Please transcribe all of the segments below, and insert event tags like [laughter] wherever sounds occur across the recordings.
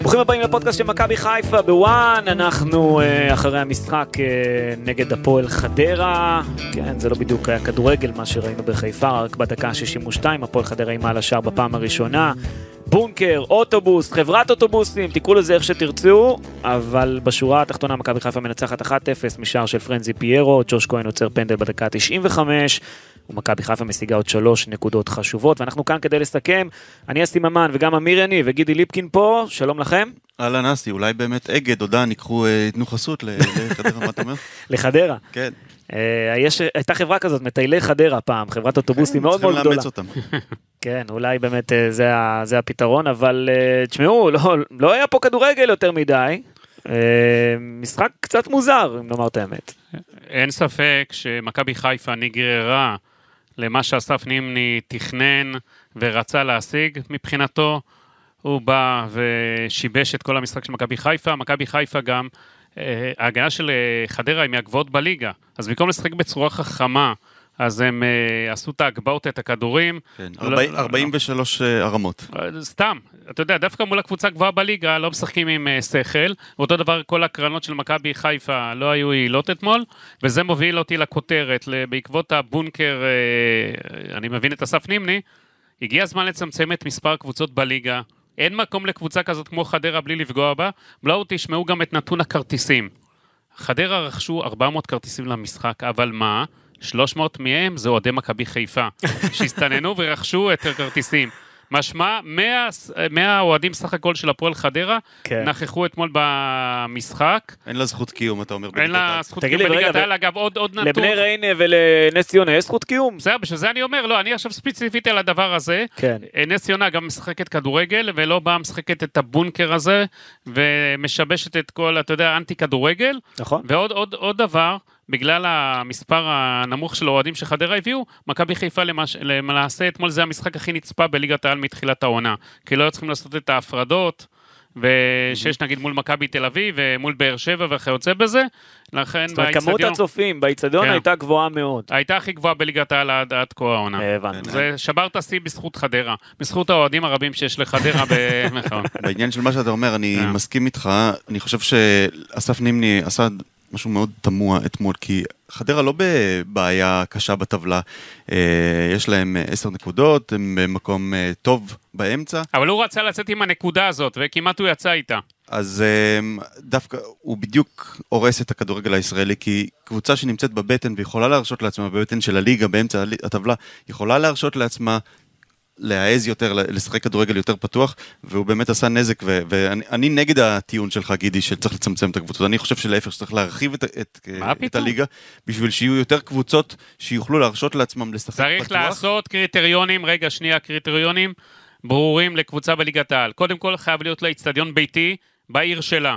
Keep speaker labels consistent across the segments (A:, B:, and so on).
A: ברוכים הבאים לפודקאסט של מכבי חיפה בוואן, אנחנו אה, אחרי המשחק אה, נגד הפועל חדרה, כן, זה לא בדיוק היה כדורגל מה שראינו בחיפה, רק בדקה ה-62, הפועל חדרה אימה על השער בפעם הראשונה, בונקר, אוטובוס, חברת אוטובוסים, תקראו לזה איך שתרצו, אבל בשורה התחתונה מכבי חיפה מנצחת 1-0 משער של פרנזי פיירו, ג'וש כהן עוצר פנדל בדקה ה-95. ומכבי חיפה משיגה עוד שלוש נקודות חשובות, ואנחנו כאן כדי לסכם. אני אסי ממן וגם אמיר יניב וגידי ליפקין פה, שלום לכם.
B: אהלן אסי, אולי באמת אגד או דן ייקחו, אה, ייתנו חסות ל- לחדרה, מה
A: [laughs]
B: אתה אומר?
A: לחדרה.
B: כן.
A: אה, יש, הייתה חברה כזאת, מטיילי חדרה פעם, חברת אוטובוסים מאוד מאוד
B: צריכים
A: גדולה.
B: לאמץ אותם.
A: כן, אולי באמת אה, זה, ה- זה הפתרון, אבל אה, תשמעו, לא, לא היה פה כדורגל יותר מדי. אה, משחק קצת מוזר, אם נאמר את האמת.
C: אין ספק שמכבי חיפה נגררה למה שאסף נימני תכנן ורצה להשיג מבחינתו. הוא בא ושיבש את כל המשחק של מכבי חיפה. מכבי חיפה גם, אה, ההגנה של אה, חדרה היא מהגבוהות בליגה. אז במקום לשחק בצורה חכמה, אז הם אה, עשו את ההגבהות, את הכדורים.
B: כן,
C: לא-
B: 40
C: לא-
B: 43 אה, הרמות.
C: אה, סתם, אתה יודע, דווקא מול הקבוצה הגבוהה בליגה לא משחקים עם אה, שכל, ואותו דבר כל הקרנות של מכבי חיפה לא היו יעילות אתמול, וזה מוביל אותי לכותרת, ל- בעקבות הבונקר, אה, אני מבין את אסף נימני, הגיע הזמן לצמצם את מספר הקבוצות בליגה. אין מקום לקבוצה כזאת כמו חדרה בלי לפגוע בה. בלאו תשמעו גם את נתון הכרטיסים. חדרה רכשו 400 כרטיסים למשחק, אבל מה? 300 מהם זה אוהדי מכבי
A: [laughs]
C: חיפה, שהסתננו ורכשו את הכרטיסים. משמע, 100 ס- 100 אוהדים סך הכל של הפועל חדרה
A: כן.
C: נכחו אתמול במשחק.
B: אין לה זכות קיום, אתה אומר.
C: אין
B: בליגת
C: לה
B: העל.
C: זכות
A: תגיד לי,
C: בליגת
A: רגע,
C: העל, אגב, עוד עוד נתון.
A: לבני ריינה ולנס ציונה יש זכות קיום?
C: בסדר, בשביל זה אני אומר, לא, אני עכשיו ספציפית על הדבר הזה.
A: כן.
C: נס ציונה גם משחקת כדורגל, ולא באה משחקת את הבונקר הזה, ומשבשת את כל, אתה יודע, אנטי כדורגל.
A: נכון.
C: ועוד עוד, עוד דבר, בגלל המספר הנמוך של האוהדים שחדרה הביאו, מכבי חיפה למש, למעשה אתמול זה המשחק הכי נצפה בליגת העל מתחילת העונה. כי לא היו צריכים לעשות את ההפרדות. ושיש נגיד מול מכבי תל אביב ומול באר שבע וכיוצא בזה, לכן
A: זאת אומרת, כמות הצופים באיצטדיון
C: כן.
A: הייתה גבוהה מאוד.
C: הייתה הכי גבוהה בליגת העל עד עד כה העונה.
A: אה, הבנתי.
C: זה שבר את השיא בזכות חדרה, בזכות האוהדים הרבים שיש
A: [laughs]
C: לחדרה נכון. במכון.
B: בעניין של מה שאתה אומר, אני
C: אה.
B: מסכים איתך. אני חושב שאסף נימני עשה משהו מאוד תמוה אתמול, כי חדרה לא בבעיה קשה בטבלה. אה, יש להם אה, 10 נקודות, הם במקום אה, טוב באמצע.
C: אבל הוא רצה לצאת עם הנקודה הזאת, וכמעט הוא יצא איתה.
B: אז אמ, דווקא הוא בדיוק הורס את הכדורגל הישראלי, כי קבוצה שנמצאת בבטן ויכולה להרשות לעצמה, בבטן של הליגה, באמצע הלי- הטבלה, יכולה להרשות לעצמה להעז יותר, לשחק כדורגל יותר פתוח, והוא באמת עשה נזק, ו- ואני אני נגד הטיעון שלך, גידי, שצריך לצמצם את הקבוצות. אני חושב שלהפך, שצריך להרחיב את, את,
C: מה
B: את
C: פתאום?
B: הליגה, בשביל שיהיו יותר קבוצות שיוכלו להרשות לעצמם לשחק
C: צריך
B: פתוח.
C: לעשות קריטריונים, רגע, שנייה, קריטריונים ברורים לקבוצה בליגת העל. קודם כל חייב להיות לה אצטדיון ביתי בעיר שלה.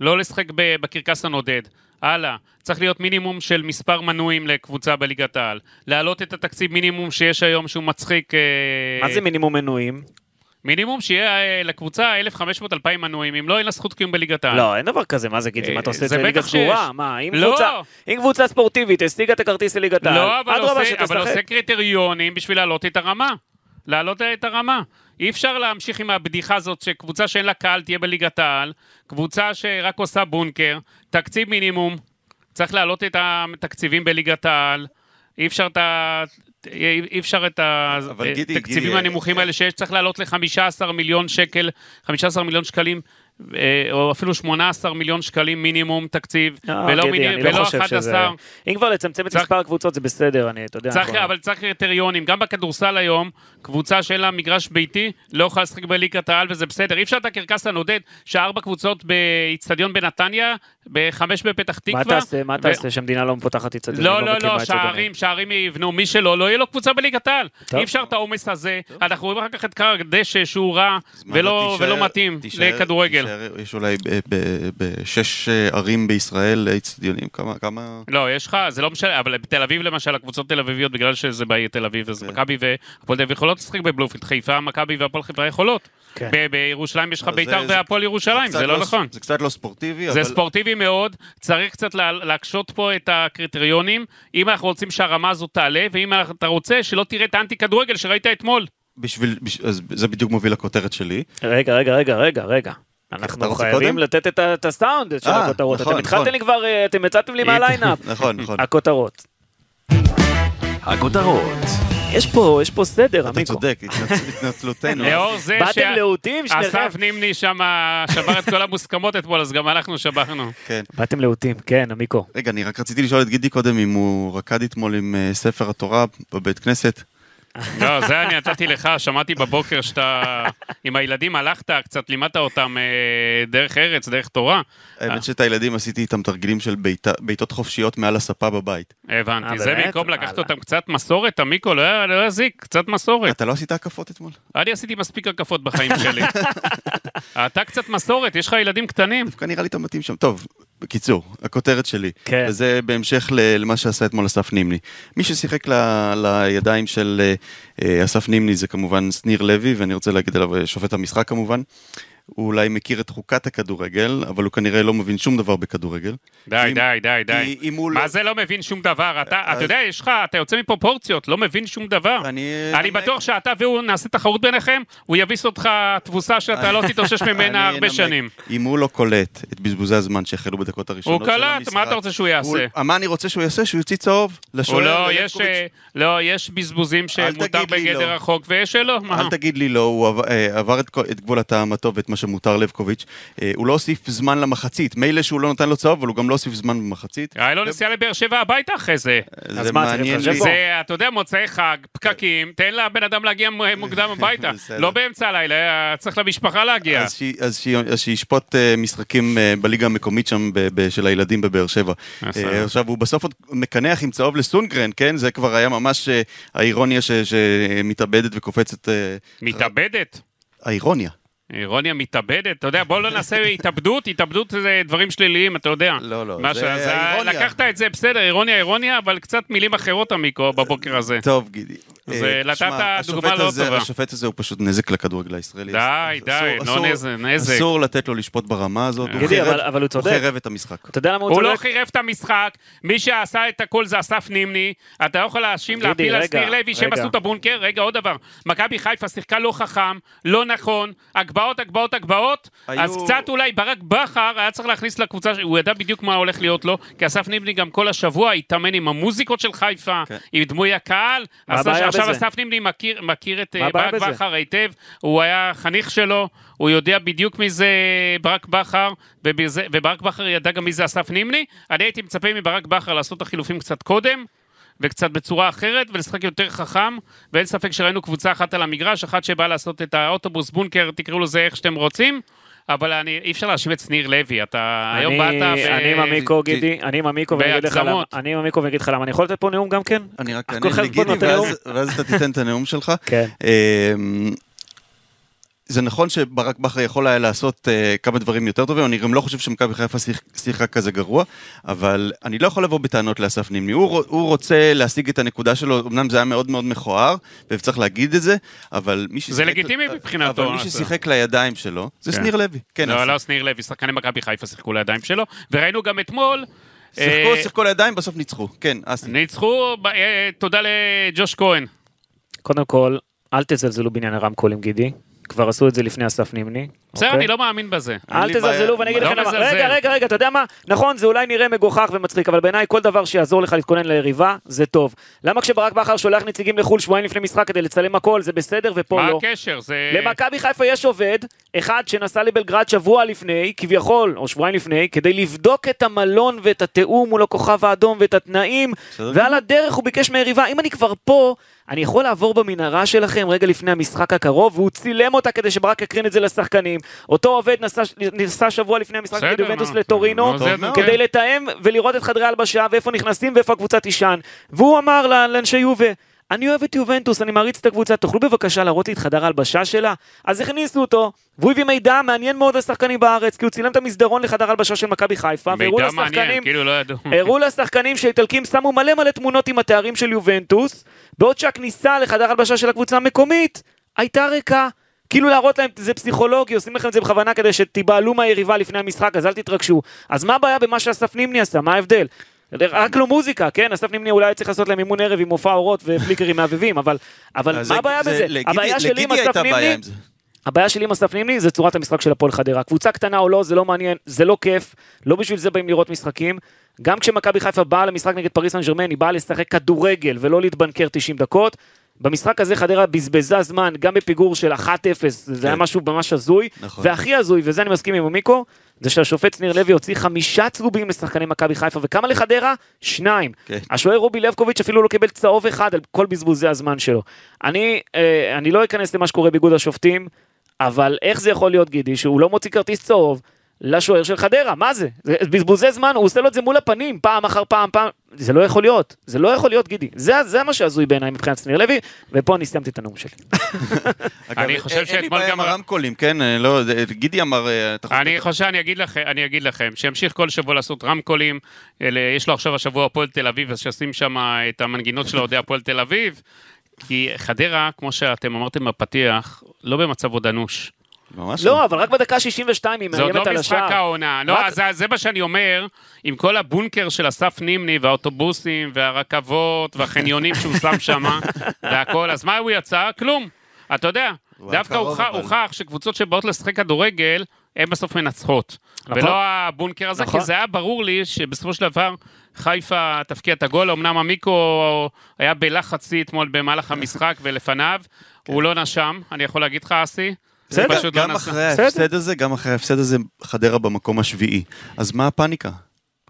C: לא לשחק ב- בקרקס הנודד. הלאה, צריך להיות מינימום של מספר מנויים לקבוצה בליגת העל. להעלות את התקציב מינימום שיש היום שהוא מצחיק. אה,
A: מה זה מינימום מנויים?
C: מינימום שיהיה אה, לקבוצה 1,500-2,000 מנויים, אם לא, אין לה זכות קיום בליגת העל.
A: לא, אין דבר כזה, מה זה גידי?
C: אה,
A: מה אתה עושה את זה
C: זה
A: לליגה
C: בטח שיש.
A: סגורה? מה, אם
C: לא.
A: קבוצה- אם קבוצה ספורטיבית השיגה את הכרטיס לליגת העל,
C: לא, אבל
A: אדרבה,
C: עושה, אבל
A: שתשחק.
C: עושה קריטריונים בשביל להעלות את הרמה. להעלות את הרמה. אי אפשר להמשיך עם הבדיחה הזאת שקבוצה שאין לה קהל תהיה בליגת העל, קבוצה שרק עושה בונקר, תקציב מינימום, צריך להעלות את התקציבים בליגת העל, אי אפשר את ה... אי אפשר את
B: אבל גידי,
C: התקציבים
B: גידי,
C: הנמוכים
B: אה,
C: האלה שיש, צריך לעלות ל-15 מיליון שקל, 15 מיליון שקלים, אה, או אפילו 18 מיליון שקלים מינימום תקציב,
A: לא,
C: ולא
A: גידי,
C: מיני-
A: אני לא
C: ולא
A: חושב שזה-
C: 11.
A: אם כבר לצמצם את
C: צריך-
A: מספר הקבוצות זה בסדר, אני, אתה יודע.
C: צריך,
A: אנחנו-
C: אבל צריך קריטריונים, גם בכדורסל היום, קבוצה שאין לה מגרש ביתי, לא יכולה לשחק בליגת העל וזה בסדר. אי אפשר את הקרקס הנודד, שארבע קבוצות באיצטדיון בנתניה בחמש בפתח תקווה.
A: מה תעשה, מה
C: ו-
A: תעשה שהמדינה לא מפותחת אצטדיונים?
C: לא, לא,
A: מקימה
C: לא,
A: אצטדיונים?
C: שערים, שערים יבנו, מי שלא, לא יהיה לו קבוצה בליגת העל.
A: טוב.
C: אי אפשר את העומס הזה. אנחנו רואים אחר כך את קר דשא שהוא רע ולא
B: לא תישאר-
C: ולא מתאים
B: תישאר-
C: לכדורגל.
B: תישאר- יש אולי ב- ב- בשש אה, ערים בישראל איצטדיונים, כמה, כמה...
C: לא, יש לך, זה לא משנה, אבל בתל אביב למשל, הקבוצות תל אביביות, בגלל שזה בעיר תל אביב, אז
B: כן.
C: מכבי והפועל תל אביב יכולות לשחק בבלומפילד, חיפה, מכבי והפועל חיפה יכולות.
A: כן.
C: ב- בירושלים יש לך
B: אז זה-
C: ביתר
B: זה-
C: והפועל ירושלים,
B: קצת
C: זה לא נכון.
B: זה קצת לא ספורטיבי,
C: זה
B: אבל...
C: ספורטיבי מאוד, צריך קצת לה- להקשות פה את הקריטריונים, אם אנחנו רוצים שהרמה הזאת תעלה, ואם אתה רוצה שלא תראה את האנטי כדורגל שראית אתמול.
B: בשביל, בש... אז זה בדיוק מוביל לכותרת שלי.
A: רגע, רגע, רגע, רגע, רגע.
B: אתה
A: אנחנו
B: רוצה
A: חייבים
B: קודם?
A: לתת את ה- את הסאונד של
B: אה,
A: הכותרות.
B: נכון,
A: אתם התחלתם
B: נכון.
A: לי כבר, אה, אתם יצאתם לי מהליינאפ.
C: [laughs]
B: נכון, נכון.
A: הכותרות.
D: הכותרות.
A: יש פה, יש פה סדר,
B: אתה
A: עמיקו.
B: צודק, התנצ-
C: [laughs]
B: התנצלותנו.
C: לאור זה
A: באתם להוטים שניכם.
C: אסף נימני שם שבר את כל המוסכמות אתמול, אז גם אנחנו שברנו.
B: כן.
A: באתם להוטים, כן, עמיקו.
B: רגע, אני רק רציתי לשאול את גידי קודם אם הוא רקד אתמול עם אה, ספר התורה בבית כנסת.
C: לא, זה אני נתתי לך, שמעתי בבוקר שאתה עם הילדים הלכת, קצת לימדת אותם אה, דרך ארץ, דרך תורה. אה.
B: האמת שאת הילדים עשיתי איתם תרגילים של בעיטה- בעיטות חופשיות מעל הספה בבית.
C: הבנתי,
A: אה,
C: זה
A: באמת?
C: במקום לקחת
A: וואלה.
C: אותם קצת מסורת, עמיקו, לא היה- לא יזיק, קצת מסורת.
B: אתה לא עשית הקפות אתמול?
C: אני עשיתי מספיק הקפות בחיים שלי. אתה קצת מסורת, יש לך ילדים קטנים.
B: דווקא נראה לי אתה מתאים שם. טוב, בקיצור, הכותרת שלי.
A: כן.
B: וזה בהמשך ל- למה שעשה אתמול אסף נימני. מי ששיחק ל- לידיים של אה, אה, אסף נימני זה כמובן שניר לוי, ואני רוצה להגיד עליו אה, שופט המשחק כמובן. הוא אולי מכיר את חוקת הכדורגל, אבל הוא כנראה לא מבין שום דבר בכדורגל.
C: די,
B: אם-
C: די, די, די.
B: כי אם הוא לא- אה,
C: מה זה לא מבין שום דבר? אתה
B: אז-
C: אתה יודע, יש לך, אתה יוצא מפרופורציות, לא מבין שום דבר.
B: אני...
C: אני בטוח שאתה והוא נעשה תחרות ביניכם, הוא יביס אותך תבוסה שאתה לא תתאושש ממנה
B: אה, [laughs] אני
C: הרבה
B: אנמק.
C: שנים.
B: אם הוא לא קולט את בזבוזי הזמן שהחלו בדקות הראשונות
C: הוא
B: של
C: קלט, מה
B: המשחק,
C: אתה רוצה שהוא יעשה?
B: הוא- מה אני רוצה שהוא יעשה? שהוא יוציא צהוב
C: הוא
B: לשוער.
C: לא, יש,
B: ללבקוביץ'.
C: אה, לא, יש בזבוזים שמותר
B: תגיד לי
C: בגדר
B: לא.
C: החוק ויש שלא, מה?
B: אל תגיד לי לא, הוא עבר, אה, עבר את, כל- את גבול הטעם הטוב ואת מה שמותר לבקוביץ'. אה, הוא לא הוסיף זמן למחצית. מילא שהוא לא נתן לו צהוב, אבל הוא גם לא הוסיף זמן במחצית.
C: היה לו אה, לא נסיעה לבאר שבע הביתה אחרי זה.
A: אז מה, צריך להתחשב בו?
C: זה, אתה יודע, מוצאי חג, פקקים, תן לבן אדם להגיע מ- מוקדם הביתה.
B: כן. [laughs] בסדר.
C: לא באמצע הלילה, היה צריך למשפחה להגיע.
B: אז שי- אז שי- אז שישפוט אה, משחקים אה, בליגה המקומית שם ב- ב- של הילדים בבאר שבע.
C: בסדר.
B: אה, עכשיו, הוא בסוף עוד מקנח עם צהוב לסונגרן, כן? זה כבר היה ממש אה, האירוניה ש- שמתאבדת וקופצת. אה,
C: מתאבדת.
B: האירוניה.
C: אירוניה מתאבדת, אתה יודע, בוא לא נעשה התאבדות, התאבדות זה דברים שליליים, אתה יודע.
B: לא, לא,
C: מה
B: זה
C: ש- אה,
B: האירוניה.
C: לקחת את זה, בסדר, אירוניה, אירוניה, אבל קצת מילים אחרות, עמיקו, בבוקר הזה.
B: טוב, גידי.
C: זה
B: אה,
C: נתת
B: תשמע,
C: דוגמה
B: השופט
C: לא
B: הזה-
C: טובה.
B: השופט הזה הוא פשוט נזק לכדורגל הישראלי.
C: די,
B: אסור-
C: די,
B: אסור-
C: לא נזק, נזק.
B: אסור לתת לו לשפוט ברמה הזאת. הוא
A: גידי,
B: חירב-
A: אבל- אבל הוא צודק.
B: הוא חירב את המשחק.
A: אתה יודע למה הוא
C: הוא לא
A: צודק?
C: חירב את המשחק, מי שעשה את הכל זה אסף נימני, אתה לא יכול להאשים,
A: גידי,
C: להפיל על
A: רגע,
C: שניר לוי שהם
A: רגע.
C: עשו את הבונקר, רגע עוד דבר, מכבי חיפה שיחקה לא חכם, לא נכון, הגבהות, הגבהות, הגבהות,
B: היו-
C: אז קצת אולי ברק בכר היה צריך להכניס לקבוצה, ש- הוא ידע בדיוק מה הולך להיות לו, כי אסף נימני גם כל השבוע התאמן עם המוזיקות של חיפה,
B: כן.
C: עם דמוי הקהל,
A: מה
C: עשה-
A: הבעיה
C: עכשיו
A: בזה?
C: אסף נימני מכיר- מכיר את
A: מה
C: אה,
A: הבעיה
C: ברק
A: בזה?
C: בכר היטב, הוא היה חניך שלו, הוא יודע בדיוק מי זה ברק בכר, ובזה- וברק בכר ידע גם מי זה אסף נימני. אני הייתי מצפה מברק בכר לעשות את החילופים קצת קודם, וקצת בצורה אחרת, ולשחק יותר חכם, ואין ספק שראינו קבוצה אחת על המגרש, אחת שבאה לעשות את האוטובוס בונקר, תקראו לזה איך שאתם רוצים. אבל אני, אי אפשר להאשים את שניר לוי, אתה
A: אני-
C: היום באת ב...
A: אני עם עמיקו, גידי, אני עם עמיקו ואני אגיד לך למה.
C: בהגזמות.
A: אני עם עמיקו ואני אגיד לך למה. אני יכול לתת פה נאום גם כן?
B: אני רק
A: כל אחד
B: אענה
A: פה
B: לגידי,
A: נותן
B: ואז-
A: נאום.
B: ואז אתה תיתן את הנאום שלך.
A: כן.
B: אמ, זה נכון שברק בכר יכול היה לעשות אה, כמה דברים יותר טובים, אני גם לא חושב שמכבי חיפה שיח- שיחקה כזה גרוע, אבל אני לא יכול לבוא בטענות לאסף נימני. הוא, רו- הוא רוצה להשיג את הנקודה שלו, אמנם זה היה מאוד מאוד מכוער, וצריך להגיד את זה, אבל מי ששיחק...
C: לגיטימי מבחינתו,
B: אבל מי
C: אסף.
B: ששיחק לידיים שלו, זה
C: כן.
B: שניר לוי. כן,
C: לא,
B: אסף.
C: לא שניר לוי, שחקני מכבי חיפה שיחקו לידיים שלו, וראינו גם אתמול...
B: שיחקו,
C: אה,
B: שיחקו לידיים, בסוף ניצחו. כן, אסי.
C: ניצחו, ב- אה, תודה לג'וש כהן.
A: קודם כל, אל תזלזלו בעניין הרמקולים, גידי. כבר עשו את זה לפני אסף נימני.
C: בסדר,
A: אוקיי?
C: אני לא מאמין בזה.
B: אין
A: אל
B: לי
A: תזלזלו
B: בעיה.
A: ואני אגיד
C: לא
A: לכם למה.
C: מזלזל.
A: רגע, רגע, רגע, אתה יודע מה? נכון, זה אולי נראה מגוחך ומצחיק, אבל בעיניי כל דבר שיעזור לך להתכונן ליריבה, זה טוב. למה כשברק בכר שולח נציגים לחו"ל שבועיים לפני משחק כדי לצלם הכל, זה בסדר ופה
C: מה
A: לא?
C: הקשר? זה...
A: למכבי חיפה יש עובד, אחד שנסע לבלגרד שבוע לפני, כביכול, או שבועיים לפני, כדי לבדוק את המלון ואת התיאום מול הכוכב האדום ואת התנאים,
B: בסדר
A: ועל הדרך הוא ביקש מהיריבה, אם אני כבר פה, אני יכול לעבור במנהרה שלכם רגע לפני המשחק הקרוב, והוא צילם אותה כדי שברק יקרין את זה לשחקנים. אותו עובד נסע- נסע שבוע לפני המשחק
C: בסדר,
A: נגד יובנטוס
C: מה-
A: לטורינו,
C: מה זה-
A: כדי לתאם ולראות את חדרי ההלבשה ואיפה נכנסים ואיפה הקבוצה תישן. והוא אמר ל- לאנשי יובה, אני אוהב את יובנטוס, אני מעריץ את הקבוצה, תוכלו בבקשה להראות לי את חדר ההלבשה שלה? אז הכניסו אותו, והוא הביא מידע מעניין מאוד לשחקנים בארץ, כי הוא צילם את המסדרון לחדר ההלבשה של מכבי חיפה, והראו
C: כן. מידע מעניין,
A: לשחקנים,
C: כאילו לא ידעו.
A: [laughs] הראו לשחקנים שהאיטלקים שמו מלא מלא תמונות עם התארים של יובנטוס, בעוד שהכניסה לחדר הלבשה של הקבוצה המקומית הייתה ריקה. כאילו להראות להם, זה פסיכולוגי, עושים לכם את זה בכוונה כדי שתיבהלו מהיריבה לפני המשחק, אז אל תתרגשו. אז מה הבעיה במה שאסף נימני עשה? מה ההבדל? רק לא מוזיקה, כן? אסף נימני אולי היה צריך לעשות להם אימון ערב עם מופע אורות ופליקרים [laughs] מהבהבים, אבל, אבל
B: אז
A: מה
B: זה-
A: הבעיה
B: זה-
A: בזה?
B: לגידי-
A: הבעיה שלי עם
B: לגידי
A: אסף
B: הייתה בעיה עם
A: נימני
B: זה.
A: הבעיה שלי עם אסף נימני זה צורת המשחק של הפועל חדרה. קבוצה קטנה או לא, זה לא מעניין, זה לא כיף, לא בשביל זה באים לראות משחקים. גם כשמכבי חיפה באה למשחק נגד פריס סן ג'רמן, היא באה לשחק כדורגל ולא להתבנקר 90 דקות. במשחק הזה חדרה בזבזה זמן, גם בפיגור של 1-0, זה היה משהו ממש הזוי.
B: נכון.
A: והכי הזוי, וזה אני מסכים עם עמיקו, זה שהשופט שניר לוי הוציא חמישה צהובים לשחקני מכבי חיפה, וכמה לחדרה? שניים.
B: כן.
A: השוער רובי לבקוביץ' אפילו לא קיבל צהוב אחד על כל בזבוזי הזמן שלו. אני, אה, אני לא אכנס למה שקורה באיגוד השופטים, אבל איך זה יכול להיות, גידי, שהוא לא מוציא כרטיס צהוב לשוער של חדרה? מה זה? זה בזבוזי זמן, הוא עושה לו את זה מול הפנים, פעם אחר פעם, פעם. זה לא יכול להיות. זה לא יכול להיות, גידי. זה, זה מה שהזוי בעיניי מבחינת שניר לוי, ופה אני סיימתי את הנאום שלי.
B: אגב,
C: אני חושב
B: אין- אין לי
C: שאתמול
B: בעיה
C: גם-
B: עם הרמקולים, כן? אה, לא, זה- גידי אמר... אה, אתה חושב-
C: אני חושב, אני אגיד, לכם, אני אגיד לכם, שימשיך כל שבוע לעשות רמקולים, אלה, יש לו עכשיו השבוע הפועל תל אביב, אז שישים שם את המנגינות של אוהדי הפועל תל אביב, כי חדרה, כמו שאתם אמרתם בפתיח, לא במצב עוד אנוש.
B: ממש
A: לא, אבל רק בדקה 62 היא
C: זה עוד
A: מאיימת
C: לא
A: על השער.
C: משחק העונה. לא,
A: רק-
C: אז זה- זה מה שאני אומר, עם כל הבונקר של אסף נימני והאוטובוסים והרכבות והחניונים שהוא שם שם
A: [laughs]
C: והכל, אז מה הוא יצא? כלום. אתה יודע,
B: הוא היה
C: דווקא
B: קרוב,
C: הוכח-
B: אבל.
C: הוכח שקבוצות שבאות לשחק כדורגל, הן בסוף מנצחות.
A: נכון.
C: ולא הבונקר הזה,
A: נכון.
C: כי זה היה ברור לי שבסופו של דבר חיפה תפקיע את הגול, אמנם המיקרו היה בלחצי אתמול במהלך המשחק ולפניו, הוא לא נשם, אני יכול להגיד לך, אסי? זה
A: בסדר,
C: פשוט לא
B: גם
C: נשם.
B: אחרי
A: בסדר.
B: ההפסד הזה, גם אחרי ההפסד הזה, חדרה במקום השביעי. אז מה הפאניקה?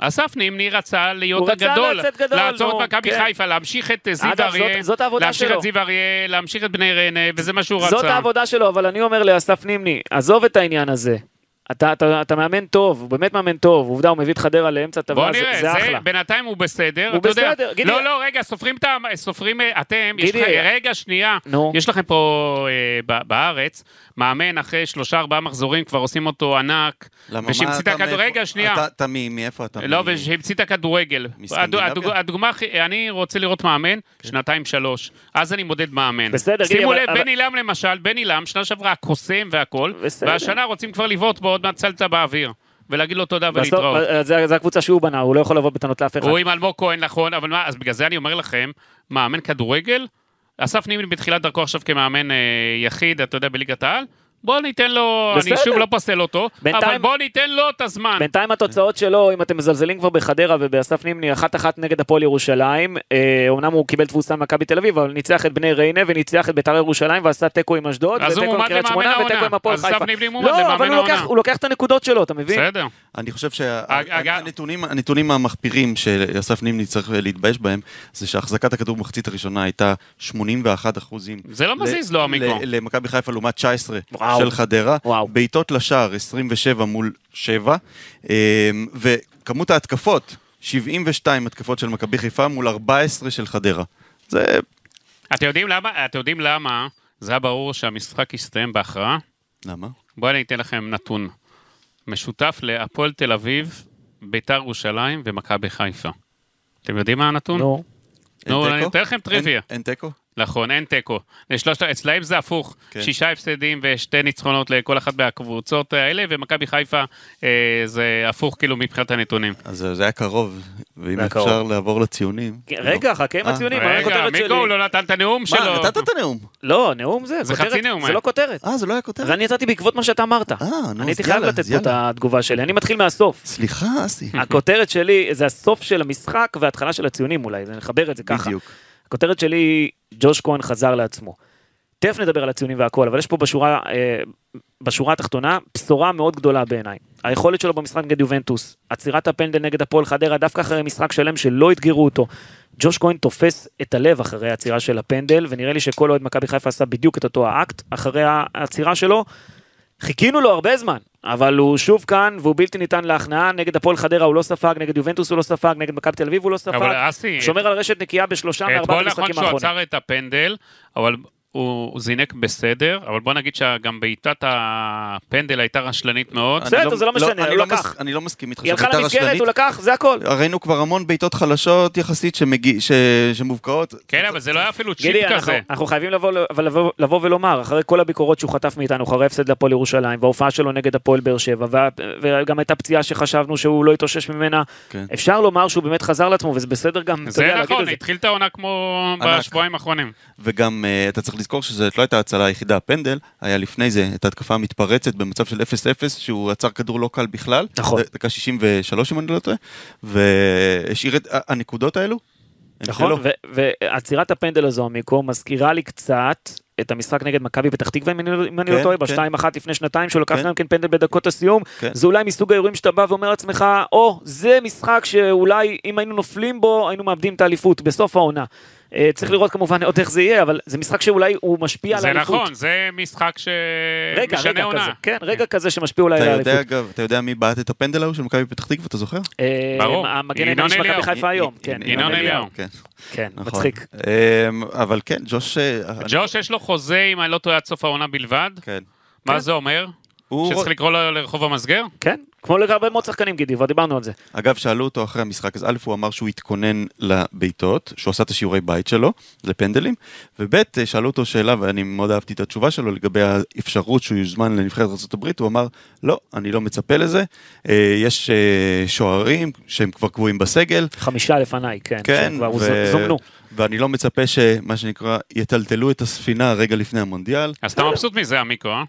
C: אסף נימני רצה להיות
A: הוא רצה
C: הגדול,
A: לצאת גדול, נו,
C: לעצור את מכבי
A: כן.
C: חיפה, להמשיך את אה, זיו
A: אגב, זאת-
C: אריה,
A: זאת העבודה
C: להמשיך
A: שלו.
C: את זיו אריה, להמשיך את בני ריינה, וזה מה שהוא רצה.
A: זאת העבודה שלו, אבל אני אומר לאסף נימני, עזוב את העניין הזה. אתה, אתה, אתה מאמן טוב, הוא באמת מאמן טוב, עובדה, הוא מביא את חדרה לאמצע
C: בוא
A: הטבלה, זה,
C: נראה,
A: זה
C: זה,
A: אחלה.
C: בינתיים הוא בסדר.
A: הוא
C: אתה יודע-
A: בסדר, גידי-
C: לא, לא, רגע, סופרים את ה... סופרים אה, אתם, יש
A: גידי-
C: לכם... רגע, שנייה.
A: נו.
C: יש לכם פה אה, ב- בארץ, מאמן אחרי שלושה, ארבעה מחזורים, כבר עושים אותו ענק.
B: למה, מה
C: ושהמציא את
B: אתה
C: הכדור...
B: מאיפה-
C: רגע, שנייה.
B: אתה- אתה מ- מאיפה אתה?
C: לא,
B: מ-
C: והמציא את הכדורגל.
B: מסקנדינביה?
C: הדוג- הדוגמה הכי, אני רוצה לראות מאמן, שנתיים שלוש. אז אני מודד מאמן.
A: בסדר, גידי,
C: שימו
A: אבל-
C: לב,
A: אבל-
C: בני לם למשל, בני לם, שנה שעברה הקוסם והכל,
A: בסדר.
C: והשנה רוצים כבר לבעוט בו עוד מעט צלצה באוויר. ולהגיד לו תודה
A: בסוף,
C: ולהתראות.
A: אה, זה, זה הקבוצה שהוא בנה, הוא לא יכול לבוא בטענות לאף אחד.
C: הוא עם אלמוג כהן, נכון, אבל מה, אז בגלל זה אני אומר לכם, מאמן כדורגל, אסף נימני בתחילת דרכו עכשיו כמאמן אה, יחיד, אתה יודע, בליגת העל, בוא ניתן לו,
A: בסדר.
C: אני שוב לא פוסל אותו, אבל
A: בינתיים-
C: בוא ניתן לו את הזמן.
A: בינתיים התוצאות שלו, אם אתם מזלזלים כבר בחדרה ובאסף נימני, אחת אחת נגד הפועל ירושלים, אה, אומנם הוא קיבל תבוסה ממכבי תל אביב, אבל ניצח את בני ריינה וניצח את ביתר ירושלים ועשה תיקו עם אשדוד,
C: אז הוא
A: ותיקו עם
C: מועמד
A: קריית
C: למאמן
A: שמונה
C: העונה.
A: ותיקו עם הפועל
C: אז אסף
A: חיפה.
C: נימני מועמד
A: לא, אבל
C: למאמן
A: הוא לוקח-
C: העונה.
A: הוא לוקח את הנקודות שלו, אתה מבין?
C: בסדר.
B: אני חושב
C: אג-
B: שהנתונים הנתונים המחפירים שאסף נימני צריך להתבייש בהם, זה שהחזקת הכדור במחצית הראשונה הייתה 81 אחוזים.
C: זה לא מזיז לו, המיקרו.
B: למכבי חיפה לעומת 19
A: וואו.
B: של חדרה.
A: וואו.
B: בעיטות לשער 27 מול 7. אמ, וכמות ההתקפות, 72 התקפות של מכבי חיפה מול 14 של חדרה. זה...
C: אתם יודעים למה? אתם יודעים למה? זה היה ברור שהמשחק יסתיים בהכרעה.
B: למה?
C: בואו אני אתן לכם נתון. משותף להפועל תל אביב, ביתר ירושלים ומכבי חיפה. אתם יודעים מה הנתון?
A: נו.
B: אין
C: נו,
B: תיקו?
C: אני אתן לכם טריוויה.
B: אין- אין תיקו?
C: נכון, אין תיקו. לשלושת- אצלהם זה הפוך,
B: כן.
C: שישה הפסדים ושתי ניצחונות לכל אחת מהקבוצות האלה, ומכבי חיפה אה, זה הפוך כאילו מבחינת הנתונים.
B: אז זה היה קרוב, ואם
A: זה היה קרוב.
B: אפשר לעבור לציונים.
A: רגע, חכה עם
B: אה.
A: הציונים, מה
C: רגע,
A: הכותרת שלי?
C: מיקו הוא לא נתן את הנאום שלו.
B: מה, נתת את הנאום?
A: לא, נאום זה,
C: זה
A: כותרת-
C: חצי נאום,
A: זה
C: אה.
A: לא כותרת.
B: אה, זה לא היה כותרת?
A: אז אני יצאתי בעקבות מה שאתה אמרת.
B: אה, נו, אז
A: אני הייתי חייב
B: יאללה,
A: לתת
B: אז
A: פה את התגובה שלי, אני מתחיל מהסוף.
B: [laughs] סליחה, אסי.
A: אה, הכותרת שלי זה הסוף של המשחק וההתחלה של הציונים אולי, זה- נחבר את זה ככה.
B: בדיוק.
A: הכותרת שלי היא ג'וש כהן חזר לעצמו. תכף נדבר על הציונים והכל, אבל יש פה בשורה, אה, בשורה התחתונה בשורה מאוד גדולה בעיניי. היכולת שלו במשחק נגד יובנטוס, עצירת הפנדל נגד הפועל חדרה, דווקא אחרי משחק שלם שלא אתגרו אותו. ג'וש כהן תופס את הלב אחרי העצירה של הפנדל, ונראה לי שכל אוהד מכבי חיפה עשה בדיוק את אותו האקט אחרי העצירה שלו. חיכינו לו הרבה זמן, אבל הוא שוב כאן, והוא בלתי ניתן להכנעה, נגד הפועל חדרה הוא לא ספג, נגד יובנטוס הוא לא ספג, נגד מכבי תל אביב הוא לא
C: אבל
A: ספג,
C: אסי,
A: שומר על רשת נקייה בשלושה מארבעת
C: אתמול כן. נכון
A: המשחקים
C: שהוא
A: האחרונים.
C: עצר את הפנדל, אבל הוא הוא זינק בסדר, אבל בוא נגיד שגם בעיטת הפנדל הייתה רשלנית מאוד.
B: אני
A: בסדר, זה לא משנה,
B: אני
A: הוא
B: לא
A: לקח.
B: מס- אני לא מסכים איתך
A: היא הלכה
B: שביתר
A: למסגרת,
B: רשלנית,
A: הוא לקח, זה הכל.
B: ראינו כבר המון בעיטות חלשות יחסית שמגיע- ש- שמובקעות.
C: כן, אבל זה לא היה אפילו צ'יפ
A: גילי, אנחנו,
C: כזה.
A: אנחנו חייבים לבוא, אבל לבוא, לבוא ולומר, אחרי כל הביקורות שהוא חטף מאיתנו, אחרי ההפסד להפועל ירושלים, וההופעה שלו נגד הפועל באר שבע, וה, וגם הייתה פציעה שחשבנו שהוא לא התאושש ממנה,
B: כן.
A: אפשר לומר שהוא באמת חזר לעצמו, וזה בסדר גם, אתה
C: זה
A: יודע, להגיד
C: נכון,
A: את
C: התחיל את העונה כמו
B: ענק.
C: בשבועיים האחרונים.
B: וגם אה, אתה צריך לזכור שזאת לא הייתה ההצלה היחידה, הפנדל, היה לפני זה את ההתקפה המתפרצת במצב של 0-0, שהוא עצר כדור לא קל בכלל.
A: נכון.
B: דקה 63 אם אני לא טועה, והשאיר את ה- הנקודות האלו. הם שלו.
A: נכון, ו- ועצירת הפנדל הזו, מיקו, מזכירה לי קצת את המשחק נגד מכבי פתח תקווה, אם אני לא- אם אני לא
B: כן,
A: טועה,
B: כן.
A: בשתיים אחת לפני שנתיים, שהוא לקח
B: כן.
A: גם כן פנדל בדקות הסיום.
B: כן.
A: זה אולי מסוג האירועים שאתה בא ואומר לעצמך, או, זה משחק שאולי אם היינו נופלים בו, היינו מאבדים את האליפות בסוף העונה. אה, צריך לראות כמובן עוד איך זה יהיה, אבל זה משחק שאולי הוא משפיע על
C: זה
A: האליפות.
C: נכון, זה משחק
A: רגע,
C: שמשנה
A: רגע
C: עונה.
A: כזה, כן, רגע כזה שמשפיע אולי
B: אתה
A: על
B: יודע,
A: האליפות.
B: אגב, אתה יודע מי בעט את הפנדל ההוא של מכבי פתח תקווה, אתה זוכר?
A: אה,
C: ברור.
A: המגן
C: ינון
A: הימני של מכבי
C: אליהו.
A: חיפה היום,
B: י-
A: כן,
B: י-
C: ינון אליהו.
B: כן,
A: כן,
B: נכון.
A: מצחיק.
B: אמ, אבל כן, ג'וש... אה, אני-
C: ג'וש יש לו חוזה, אם אני לא טועה, עד סוף העונה בלבד.
B: כן.
C: מה זה אומר?
B: הוא-
C: שצריך לקרוא לו לרחוב המסגר?
A: כן, כמו להרבה מאוד שחקנים, גידי, כבר דיברנו על זה.
B: אגב, שאלו אותו אחרי המשחק, אז א', הוא אמר שהוא התכונן לבעיטות, שהוא עשה את השיעורי בית שלו, לפנדלים, וב', אה, שאלו אותו שאלה, ואני מאוד אהבתי את התשובה שלו לגבי האפשרות שהוא יוזמן לנבחרת ארה"ב, הוא אמר, לא, אני לא מצפה לזה, אה, יש אה, שוערים שהם כבר קבועים בסגל,
A: חמישה לפניי, כן,
B: כן,
A: שכבר ו... זומנו.
B: ואני לא מצפה שמה שנקרא, יטלטלו את הספינה רגע לפני המונדיאל.
C: אז
A: לא,
C: אתה מבסוט מזה, עמיקו, אה?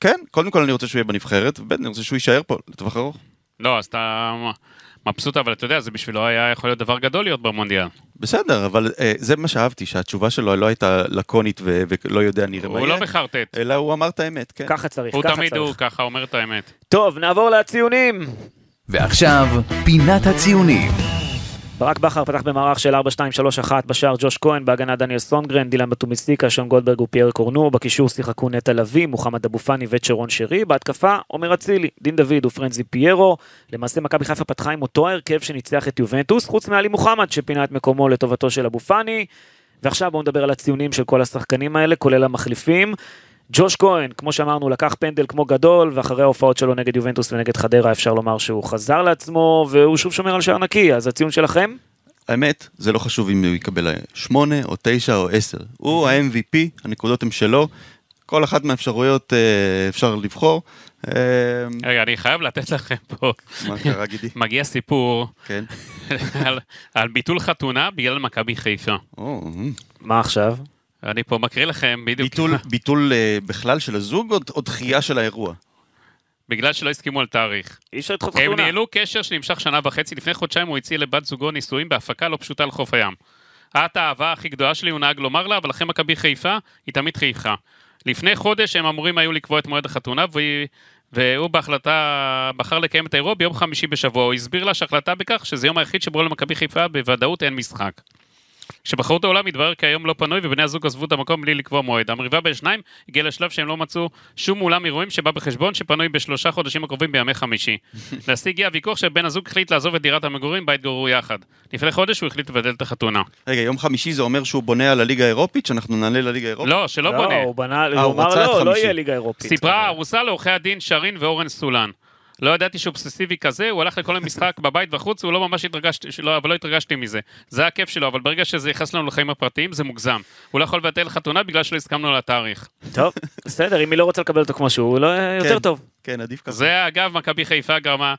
B: כן, קודם כל אני רוצה שהוא יהיה בנבחרת, וב', אני רוצה שהוא יישאר פה לטווח ארוך.
C: לא, אז אתה מבסוט, אבל אתה יודע, זה בשבילו היה יכול להיות דבר גדול להיות במונדיאל.
B: בסדר, אבל אה, זה מה שאהבתי, שהתשובה שלו לא הייתה לקונית ו- ולא יודע נראה מה
C: הוא לא
B: יהיה,
C: בחרטט.
B: אלא הוא אמר את האמת, כן.
A: ככה צריך,
C: הוא
A: ככה
C: תמיד הוא
A: צריך.
C: ככה אומר את האמת.
A: טוב, נעבור לציונים.
D: ועכשיו, פינת הציונים.
A: ברק בכר פתח במערך של 4-2-3-1 בשער ג'וש כהן, בהגנה דניאל סונגרן, דילן בטומיסיקה, שון גולדברג ופייר קורנו, בקישור שיחקו נטע לביא, מוחמד אבו פאני וצ'רון שרי, בהתקפה עומר אצילי, דין דוד ופרנזי פיירו. למעשה מכבי חיפה פתחה עם אותו ההרכב שניצח את יובנטוס, חוץ מעלי מוחמד שפינה את מקומו לטובתו של אבו פאני. ועכשיו בואו נדבר על הציונים של כל השחקנים האלה, כולל המחליפים. ג'וש כהן, כמו שאמרנו, לקח פנדל כמו גדול, ואחרי ההופעות שלו נגד יובנטוס ונגד חדרה, אפשר לומר שהוא חזר לעצמו, והוא שוב שומר על שער נקי, אז הציון שלכם?
B: האמת, זה לא חשוב אם הוא יקבל אה, שמונה או תשע או עשר. הוא ה-MVP, הנקודות הן שלו, כל אחת מהאפשרויות אה, אפשר לבחור. אה,
C: רגע, אני חייב לתת לכם פה.
B: מה קרה,
C: [laughs]
B: גידי?
C: מגיע סיפור
B: כן.
C: על, על ביטול חתונה בגלל מכבי חיפה.
B: או, אה.
A: מה עכשיו?
C: אני פה מקריא לכם בדיוק.
B: ביטול- ביטול אה, בכלל של הזוג או- או דחייה של האירוע?
C: [laughs] בגלל שלא הסכימו על תאריך.
A: אי אפשר לדחות
C: הם
A: חתונה.
C: ניהלו קשר שנמשך שנה וחצי, לפני חודשיים הוא הציע לבת זוגו נישואים בהפקה לא פשוטה על חוף הים. את האהבה הכי גדולה שלי, הוא נהג לומר לה, אבל אחרי מכבי חיפה, היא תמיד חיפה. לפני חודש הם אמורים היו לקבוע את מועד החתונה, והיא... והוא בהחלטה בחר לקיים את האירוע ביום חמישי בשבוע. הוא הסביר לה שההחלטה בכך שזה יום היחיד שבו למכבי חיפה בוודאות אין משחק. כשבחרות העולם התברר כי היום לא פנוי ובני הזוג עזבו את המקום בלי לקבוע מועד. המריבה בין שניים הגיעה לשלב שהם לא מצאו שום אולם אירועים שבא בחשבון שפנוי בשלושה חודשים הקרובים בימי חמישי. להשיא הגיע הוויכוח שבן הזוג החליט לעזוב את דירת המגורים בה התגוררו יחד. לפני חודש הוא החליט לבדל את החתונה.
B: רגע, יום חמישי זה אומר שהוא בונה על הליגה האירופית, שאנחנו נעלה לליגה האירופית?
C: לא, שלא
A: לא,
C: בונה.
A: הוא בנה, הוא
B: אה, הוא
A: אמר
B: רצה עד
A: לא, לא
B: חמישי.
A: יהיה ליגה אירופית.
C: סיפרה הארוסה לעורכי הדין שרין ואורן סולן. לא ידעתי שהוא אובססיבי כזה, הוא הלך לכל המשחק [laughs] בבית וחוץ, הוא לא ממש התרגשתי, לא, אבל לא התרגשתי מזה. זה הכיף שלו, אבל ברגע שזה נכנס לנו לחיים הפרטיים, זה מוגזם. הוא לא יכול לבטל חתונה בגלל שלא הסכמנו לתאריך.
A: טוב, בסדר, אם היא לא רוצה לקבל אותו כמו שהוא, לא, יותר
B: כן.
A: טוב.
B: כן, עדיף ככה.
C: זה אגב, מכבי חיפה גרמה...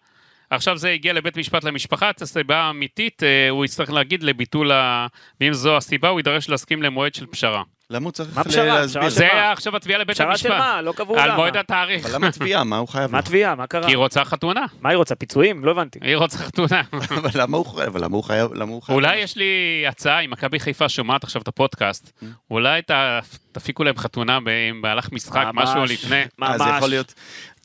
C: עכשיו זה הגיע לבית משפט למשפחה, את הסיבה האמיתית, אה, הוא יצטרך להגיד לביטול ה... ואם זו הסיבה, הוא יידרש להסכים למועד של פשרה.
B: למה הוא צריך
A: מה פשרה?
B: ל- להסביר?
A: פשרה של-
C: זה
A: מה?
C: עכשיו התביעה לבית
A: פשרה
C: המשפט.
A: של מה? לא קבעו
C: על
A: למה.
C: מועד התאריך.
B: אבל למה תביעה? מה הוא חייב?
A: מה
B: לך?
A: התביעה? מה קרה?
C: כי היא רוצה חתונה,
A: מה היא רוצה? פיצויים? לא הבנתי.
C: היא רוצה
A: [laughs]
C: חתונה.
B: אבל למה הוא חייב? אבל למה הוא חייב? למה הוא חייב?
C: אולי יש לי הצעה, אם מכבי חיפה שומעת עכשיו את הפודקאסט,
A: Mm.
C: אולי ת- תפיקו להם חתונה ב- אם בהלך משחק,
A: ממש,
C: משהו לפני.
A: ממש.
B: אה, זה יכול להיות.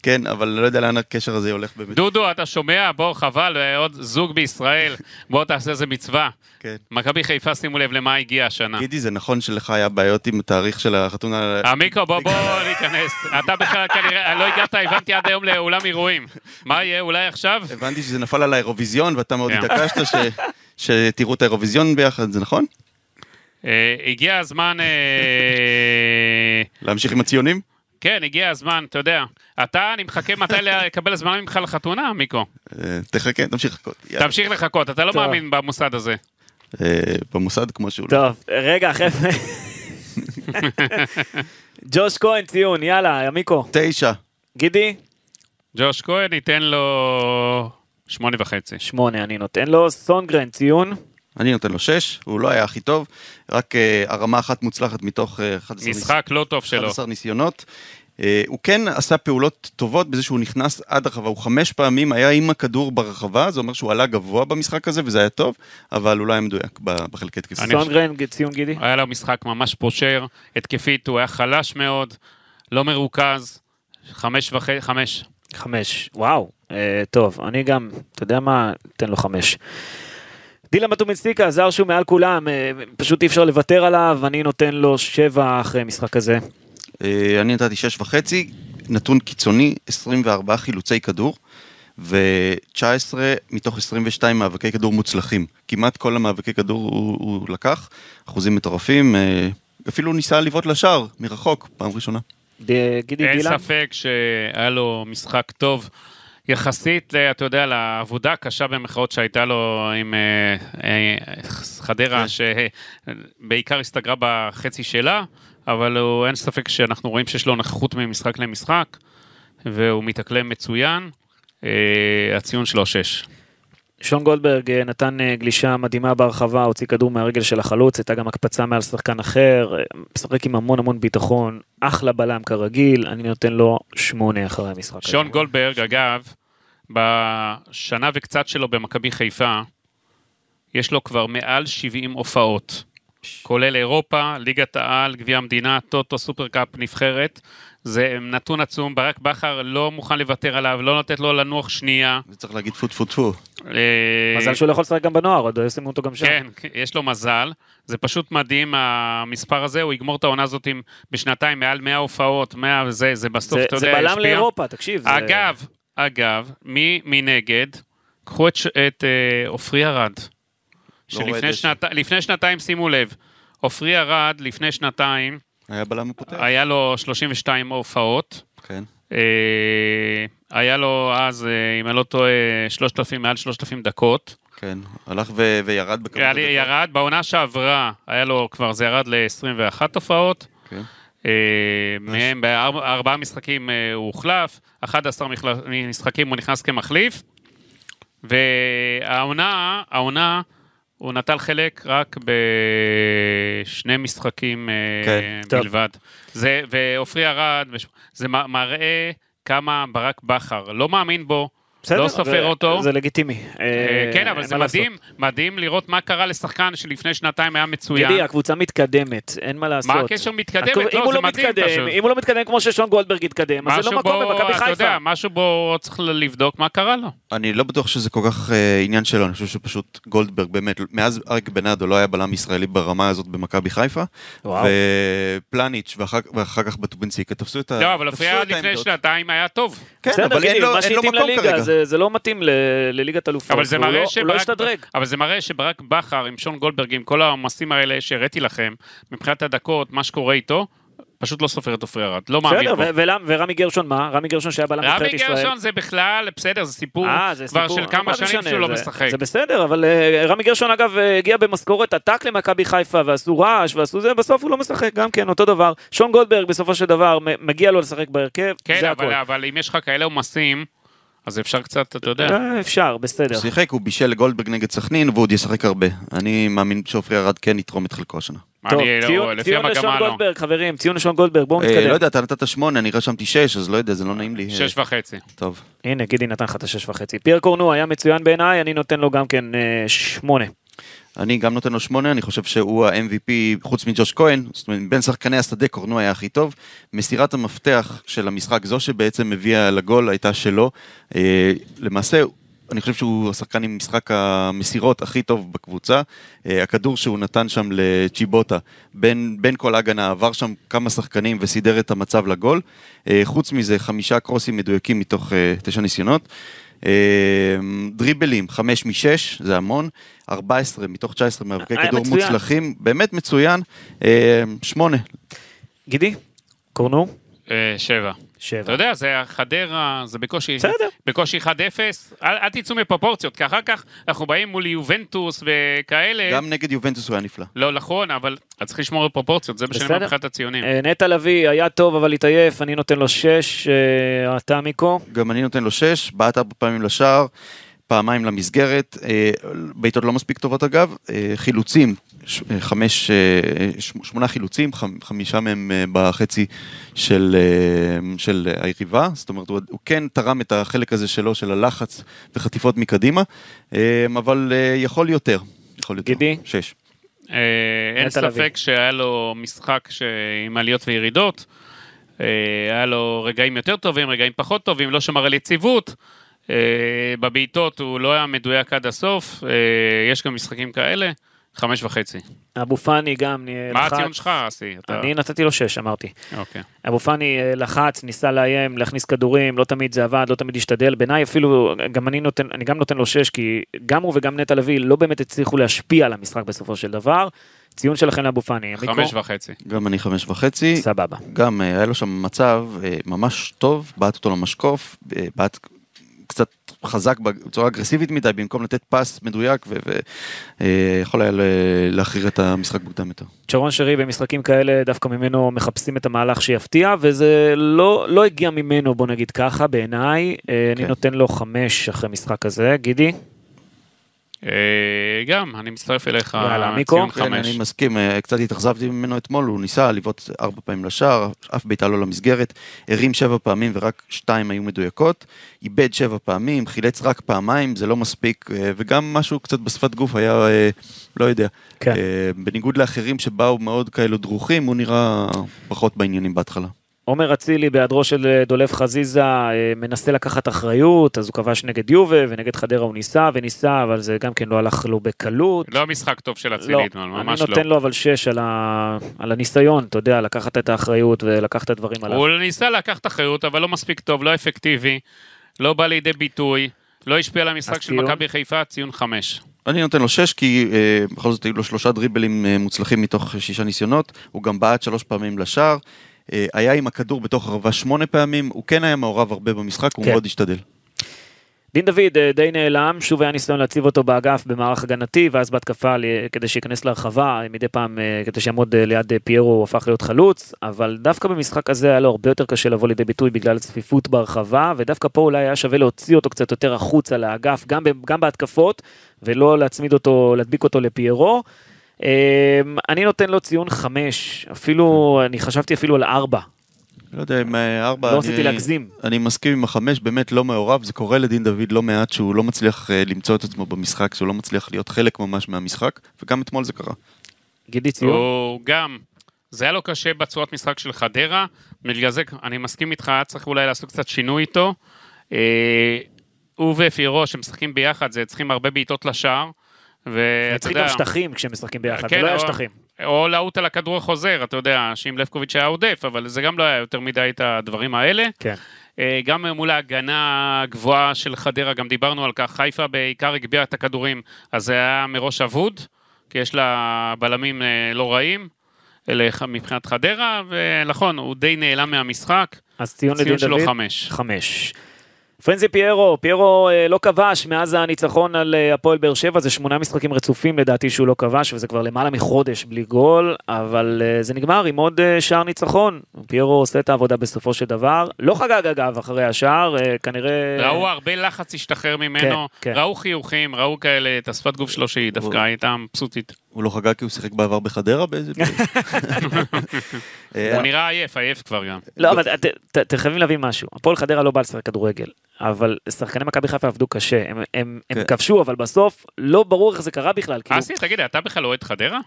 B: כן, אבל לא יודע לאן הקשר הזה הולך באמת.
C: דודו, אתה שומע? בוא, חבל, אה, עוד זוג
A: [laughs]
C: בישראל, בוא תעשה איזה מצווה.
B: כן.
C: מכבי חיפה, שימו לב למה הגיעה השנה.
B: גידי, זה נכון שלך היה בעיות עם התאריך של החתונה?
C: המיקרו, בוא, בוא ניכנס. אתה בכלל כנראה, לא הגעת, הבנתי עד היום לאולם אירועים. מה יהיה, אולי עכשיו?
B: הבנתי שזה נפל על האירוויזיון, ואתה מאוד
C: כן.
B: התעקשת ש- שתראו את האירוויזיון ביחד, זה נכון?
C: אה, הגיע הזמן... אה,
B: להמשיך עם הציונים?
C: כן, הגיע הזמן, אתה יודע. אתה, אני מחכה מתי לקבל הזמנה ממך לחתונה, מיקרו.
B: אה, תחכה, תמשיך לחכות. יאללה.
C: תמשיך לחכות, אתה לא
A: טוב.
C: מאמין במוסד הזה.
B: אה, במוסד כמו שהוא.
A: טוב, רגע, חבר'ה.
C: [laughs]
A: ג'וש כהן ציון, יאללה, עמיקו.
B: תשע.
A: גידי?
C: ג'וש כהן ייתן לו שמונה וחצי.
A: שמונה אני נותן לו. סונגרן ציון?
B: אני נותן לו שש, הוא לא היה הכי טוב, רק אה, הרמה אחת מוצלחת מתוך אה, 11 ניס-
C: משחק לא טוב שלו.
B: 11 ניסיונות. אה, הוא כן עשה פעולות טובות בזה שהוא נכנס עד הרחבה, הוא חמש פעמים היה עם הכדור ברחבה, זה אומר שהוא עלה גבוה במשחק הזה וזה היה טוב, אבל הוא לא היה מדויק ב- בחלקי תקיפה.
C: אני-
A: סונגרן ג- ציון גידי?
C: היה לו משחק ממש פושר, התקפית, הוא היה חלש מאוד, לא מרוכז, חמש וחצי, חמש.
A: חמש. וואו. אה, טוב, אני גם, אתה יודע מה? תן לו חמש. דילה מטומינסטיקה, זר שהוא מעל כולם, אה, פשוט אי אפשר לוותר עליו, אני נותן לו שבע אחרי משחק כזה.
B: אה, אני נתתי שש וחצי, נתון קיצוני, 24 חילוצי כדור, ו-19 מתוך 22 מאבקי כדור מוצלחים. כמעט כל המאבקי כדור הוא, הוא לקח, אחוזים מטורפים, אה, אפילו ניסה לבעוט לשער, מרחוק, פעם ראשונה.
A: ד- גידי
C: אין
A: דילה?
C: ספק שהיה לו משחק טוב. יחסית, אה, אתה יודע, לעבודה הקשה במחאות שהייתה לו עם אה, אה, חדרה,
B: כן.
C: שבעיקר הסתגרה בחצי שלה, אבל הוא, אין ספק שאנחנו רואים שיש לו נוכחות ממשחק למשחק, והוא מתאקלם מצוין. אה, הציון שלו שש.
A: שון גולדברג אה, נתן אה, גלישה מדהימה ברחבה, הוציא כדור מהרגל של החלוץ, הייתה גם הקפצה מעל שחקן אחר, אה, משחק עם המון המון ביטחון, אחלה בלם כרגיל, אני נותן לו שמונה אחרי המשחק.
C: שון
A: הזה.
C: גולדברג, אגב, בשנה וקצת שלו במכבי חיפה, יש לו כבר מעל 70 הופעות, כולל אירופה, ליגת העל, גביע המדינה, טוטו, סופרקאפ, נבחרת. זה נתון עצום, ברק בכר לא מוכן לוותר עליו, לא לתת לו לנוח שנייה.
B: וצריך להגיד טפו טפו טפו.
C: אה,
A: מזל שהוא לא יכול לשחק גם בנוער, עוד ישימו אותו גם שם.
C: כן, יש לו מזל. זה פשוט מדהים, המספר הזה, הוא יגמור את העונה הזאת עם, בשנתיים מעל 100 הופעות, 100 וזה, זה בסוף,
A: זה,
C: אתה
A: זה
C: יודע,
A: בלם
C: ישפיע.
A: לאירופה, תקשיב. זה-
C: אגב, אגב, מי מנגד? קחו את, ש- את אה, עופרי ארד.
B: רואה
C: שלפני
B: דשא.
C: שנת, לפני שנתיים, שימו לב, עופרי ארד לפני שנתיים,
B: היה בלם הפותח.
C: היה לו 32 הופעות.
B: כן.
C: אה, היה לו אז, אה, אם אני לא טועה, 3,000, מעל 3,000 דקות.
B: כן, הלך ו- וירד בכמות
C: היה לי-
B: הדקות.
C: ירד, בעונה שעברה, היה לו כבר, זה ירד ל-21 הופעות.
B: כן.
C: אה, מהם בארבע- ארבעה משחקים אה, הוא הוחלף, 11 מחל- משחקים הוא נכנס כמחליף, והעונה, העונה, הוא נטל חלק רק בשני משחקים אה,
B: כן.
A: טוב.
C: בלבד. זה, ועופרי ארד, וש- זה מ- מראה כמה ברק בכר לא מאמין בו,
A: בסדר,
C: לא סופר
A: זה-
C: אותו.
A: זה לגיטימי.
C: אה,
A: אה,
C: כן, אבל זה
A: מה לעשות.
C: מדהים, מדהים לראות מה קרה לשחקן שלפני שנתיים היה מצוין.
A: גידי, הקבוצה מתקדמת, אין מה לעשות.
C: הקשר מתקדמת?
A: הקב-
C: לא,
A: אם הוא
C: זה
A: לא
C: מדהים
A: מתקדם,
C: פשוט.
A: אם הוא לא מתקדם כמו ששון גולדברג התקדם, אז זה לא
C: משהו
A: מקום
C: בו,
A: במכבי
C: אתה
A: חיפה.
C: יודע, משהו בו צריך לבדוק מה קרה לו.
B: אני לא בטוח שזה כל כך אה, עניין שלו, אני חושב שפשוט גולדברג באמת, מאז אריק בנאדו לא היה בלם ישראלי ברמה הזאת במכבי חיפה,
A: וואו.
B: ופלניץ' ואחר, ואחר כך בטובינסיקה, תפסו
A: אה,
B: את ה...
C: לא, אבל
B: תפסו
C: אופיה
B: את
C: לפני
B: העמדות.
C: שנתיים היה טוב.
B: כן,
A: בסדר,
B: אבל אין
A: גידי,
B: לו,
A: מה
B: אין לו
A: שהתאים
B: מקום
A: לליגה,
B: כרגע.
A: זה- זה לא מתאים ל- לליגת אלופות.
C: אבל זה
A: והוא
C: מראה
A: לא- הוא לא
C: שברק...
A: השתדרג.
C: אבל זה מראה שברק בכר עם שון גולדברג, עם כל העומסים האלה שהראיתי לכם, מבחינת הדקות, מה שקורה איתו, פשוט לא סופר את עופרי ארד. לא מאמין
A: בסדר,
C: בו.
A: ו- ולמ- ורמי גרשון מה? רמי גרשון שהיה בלם נבחרת
C: רמי
A: ישראל.
C: גרשון זה בכלל, בסדר, זה סיפור
A: אה, זה
C: כבר
A: סיפור.
C: של כמה
A: מה זה
C: שנים
A: משנה?
C: שהוא לא
A: זה-
C: משחק.
A: זה בסדר, אבל אה, רמי גרשון אגב אה, הגיע במשכורת עתק למכבי חיפה ועשו רעש ועשו זה, בסוף הוא לא משחק גם כן, אותו דבר. שון גולדברג בסופו של דבר מ- מגיע לו לשחק בהרכב,
C: כן,
A: זה
C: אבל-
A: הכל.
C: אבל אם יש לך כאלה עומסים, אז אפשר קצת, אתה יודע.
A: אה, אפשר, בסדר.
B: הוא שיחק, הוא בישל לגולדברג נגד סכנין, והוא עוד ישחק הרבה. אני מאמין שעופרי ארד כן יתרום את חלקו השנה.
A: טוב,
C: אני לא,
A: ציון-
C: לפי
A: ציון לשון
C: המגמה לא.
A: גולדברג, חברים, ציון לשון גולדברג, בואו
B: אה, לא
A: נתקדם.
B: יודע, אתה נתת שמונה, אני רשמתי שש, אז לא יודע, זה לא נעים לי. אה,
C: שש וחצי.
B: טוב.
A: הנה, גידי נתן לך את השש וחצי. פייר קורנו היה מצוין בעיניי, אני נותן לו גם כן אה, שמונה.
B: אני גם נותן לו שמונה, אני חושב שהוא ה-MVP חוץ מג'וש כהן, זאת אומרת, בין שחקני השדה קורנו היה הכי טוב. מסירת המפתח של המשחק, זו שבעצם הביאה לגול, הייתה שלו. אה, למעשה, אני חושב שהוא השחקן עם משחק המסירות הכי טוב בקבוצה. אה, הכדור שהוא נתן שם לצ'יבוטה, בין, בין כל ההגנה, עבר שם כמה שחקנים וסידר את המצב לגול. אה, חוץ מזה, חמישה קרוסים מדויקים מתוך אה, תשע ניסיונות. אה, דריבלים, חמש משש, זה המון. 14 מתוך 19 מאבקי
A: היה
B: כדור
A: מצוין.
B: מוצלחים, באמת מצוין. אה, שמונה,
A: גידי? קורנו?
C: אה, שבע. אתה
A: שבע.
C: יודע, זה חדרה, זה בקושי,
A: בסדר.
C: בקושי 1-0. אל, אל תצאו מפרופורציות, כי אחר כך אנחנו באים מול יובנטוס וכאלה.
B: גם נגד יובנטוס הוא היה נפלא.
C: לא, נכון, אבל אז צריך לשמור על פרופורציות, זה מה שאני
A: בסדר.
C: אומר מבחינת הציונים.
A: אה, נטע לביא היה טוב אבל התעייף, אני נותן לו שש, אה, אתה מיקו?
B: גם אני נותן לו 6, בעט ארבע פעמים לשער, פעמיים למסגרת, אה, בעיטות לא מספיק טובות אגב, אה, חילוצים, ש- אה, חמש, אה, ש- שמונה חילוצים, חמ- חמישה מהם אה, בחצי של, אה, של היריבה, זאת אומרת הוא, הוא כן תרם את החלק הזה שלו, של הלחץ וחטיפות מקדימה, אה, אבל אה, יכול יותר. יכול יותר.
A: גידי?
B: שש.
C: אה, אין
A: נטע לביא.
C: ספק שהיה לו משחק ש... עם עליות וירידות. אה, היה לו רגעים יותר טובים, רגעים פחות טובים, לא שמר על יציבות. אה, בבעיטות הוא לא היה מדויק עד הסוף. אה, יש גם משחקים כאלה. חמש וחצי.
A: אבו פאני גם אה,
C: מה
A: לחץ.
C: הציון שלך, אסי? אתה-
A: אה, אני נתתי לו שש, אמרתי.
C: אוקיי.
A: אבו פאני אה, לחץ, ניסה לאיים, להכניס כדורים, לא תמיד זה עבד, לא תמיד השתדל. בעיניי אפילו, גם אני נותן, אני גם נותן לו שש, כי גם הוא וגם נטע לביא לא באמת הצליחו להשפיע על המשחק בסופו של דבר. ציון שלכם לאבו פאני, מיקו?
C: חמש וחצי.
B: גם אני חמש וחצי.
A: סבבה.
B: גם אה, היה לו שם מצב אה, ממש טוב, בעט אותו למשקוף, אה, בעט קצת חזק בצורה אגרסיבית מדי, במקום לתת פס מדויק, ויכול היה ל- להכריע את המשחק מוקדם יותר.
A: שרון שרי במשחקים כאלה דווקא ממנו מחפשים את המהלך שיפתיע וזה לא לא הגיע ממנו בוא נגיד ככה בעיניי אה, אני
B: כן.
A: נותן לו חמש אחרי משחק כזה גידי
C: אה, גם, אני מצטרף אליך,
A: יאללה, מיקו?
C: ציון
B: כן,
C: חמש.
B: אני מסכים, אה, קצת התאכזבתי ממנו אתמול, הוא ניסה לבעוט ארבע פעמים לשער, אף בעיטה לא למסגרת, הרים שבע פעמים ורק שתיים היו מדויקות, איבד שבע פעמים, חילץ רק פעמיים, זה לא מספיק, אה, וגם משהו קצת בשפת גוף היה, אה, לא יודע.
A: כן.
B: אה, בניגוד לאחרים שבאו מאוד כאלו דרוכים, הוא נראה פחות בעניינים בהתחלה.
A: עומר אצילי בהיעדרו של אה, דולף חזיזה אה, מנסה לקחת אחריות אז הוא כבש נגד יובה ונגד חדרה הוא ניסה וניסה אבל זה גם כן לא הלך לו בקלות.
C: לא משחק טוב של
A: לא,
C: אצילי אתמול,
A: אני
C: ממש
A: נותן
C: לא.
A: לו אבל שש על ה- על הניסיון, אתה יודע, לקחת את האחריות ולקחת את הדברים עליו.
C: הוא ניסה לקחת אחריות, אבל לא מספיק טוב, לא אפקטיבי, לא בא לידי ביטוי, לא השפיע על המשחק של
A: הציון?
C: מכבי חיפה, ציון חמש.
B: אני נותן לו שש, כי אה, בכל זאת היו לו שלושה דריבלים אה, מוצלחים מתוך שישה ניסיונות, הוא גם בעט שלוש פעמים לשער, אה, היה עם הכדור בתוך הרחבה שמונה פעמים, הוא כן היה מעורב הרבה במשחק, הוא
A: כן.
B: מאוד השתדל.
A: דין דוד אה, די נעלם, שוב היה ניסיון להציב אותו באגף במערך הגנתי, ואז בהתקפה ל- כדי שייכנס להרחבה, מדי פעם אה, כדי שיעמוד אה, ליד אה, פיירו הוא הפך להיות חלוץ, אבל דווקא במשחק הזה היה לו הרבה יותר קשה לבוא לידי ביטוי בגלל הצפיפות בהרחבה, ודווקא פה אולי היה שווה להוציא אותו קצת יותר החוצה לאגף, גם, ב- גם בהתקפות, ולא להצמיד אותו, להדביק אותו לפיירו. אה, אני נותן לו ציון חמש, אפילו, אני חשבתי אפילו על ארבע,
B: לא יודע אם אה, ארבע...
A: לא
B: אני-
A: רציתי להגזים.
B: אני מסכים עם החמש, באמת לא מעורב, זה קורה לדין דוד לא מעט שהוא לא מצליח אה, למצוא את עצמו במשחק, שהוא לא מצליח להיות חלק ממש מהמשחק, וגם אתמול זה קרה.
A: גידי ציון,
C: הוא גם, זה היה לו קשה בצורת משחק של חדרה, בגלל זה אני מסכים איתך, היה צריך אולי לעשות קצת שינוי איתו. אה, הוא ופירו, שמשחקים ביחד, זה צריכים הרבה בעיטות לשער. ואתה
A: צריכים
C: יודע...
A: גם שטחים כשהם משחקים ביחד,
C: כן,
A: זה לא היה
C: אבל-
A: שטחים.
C: או לעוט על הכדור החוזר, אתה יודע, שאם לבקוביץ' היה עודף, אבל זה גם לא היה יותר מדי את הדברים האלה.
A: כן.
C: אה, גם מול ההגנה הגבוהה של חדרה, גם דיברנו על כך, חיפה בעיקר הגביהה את הכדורים, אז זה היה מראש אבוד, כי יש לה בלמים אה, לא רעים לח- מבחינת חדרה, ונכון, הוא די נעלם מהמשחק,
A: אז ציון לדין
C: ציון שלו
A: דוד?
C: חמש.
A: חמש. פרנזי פיירו, פיירו אה, לא כבש מאז הניצחון על אה, הפועל באר שבע, זה שמונה משחקים רצופים לדעתי שהוא לא כבש, וזה כבר למעלה מחודש בלי גול, אבל אה, זה נגמר עם עוד אה, שער ניצחון. פיירו עושה את העבודה בסופו של דבר, לא חגג אגב אחרי השער, אה, כנראה...
C: ראו הרבה לחץ השתחרר ממנו,
A: כן.
C: ראו חיוכים, ראו כאלה, את השפת גוף שלו שהיא דווקא הייתה מבסוטית.
B: הוא לא חגג כי הוא שיחק בעבר בחדרה באיזה...
A: [laughs]
B: אה,
C: הוא נראה עייף, עייף כבר גם.
A: לא, אבל ת- ת- אתם חייבים להבין משהו. הפועל חדרה לא בא לשחק כדורגל, אבל שחקני מכבי חיפה עבדו קשה. הם- הם הם
B: כן.
A: כבשו, אבל בסוף לא ברור איך זה קרה בכלל. כאילו,
C: אסי, תגיד, אתה בכלל אוהד חדרה?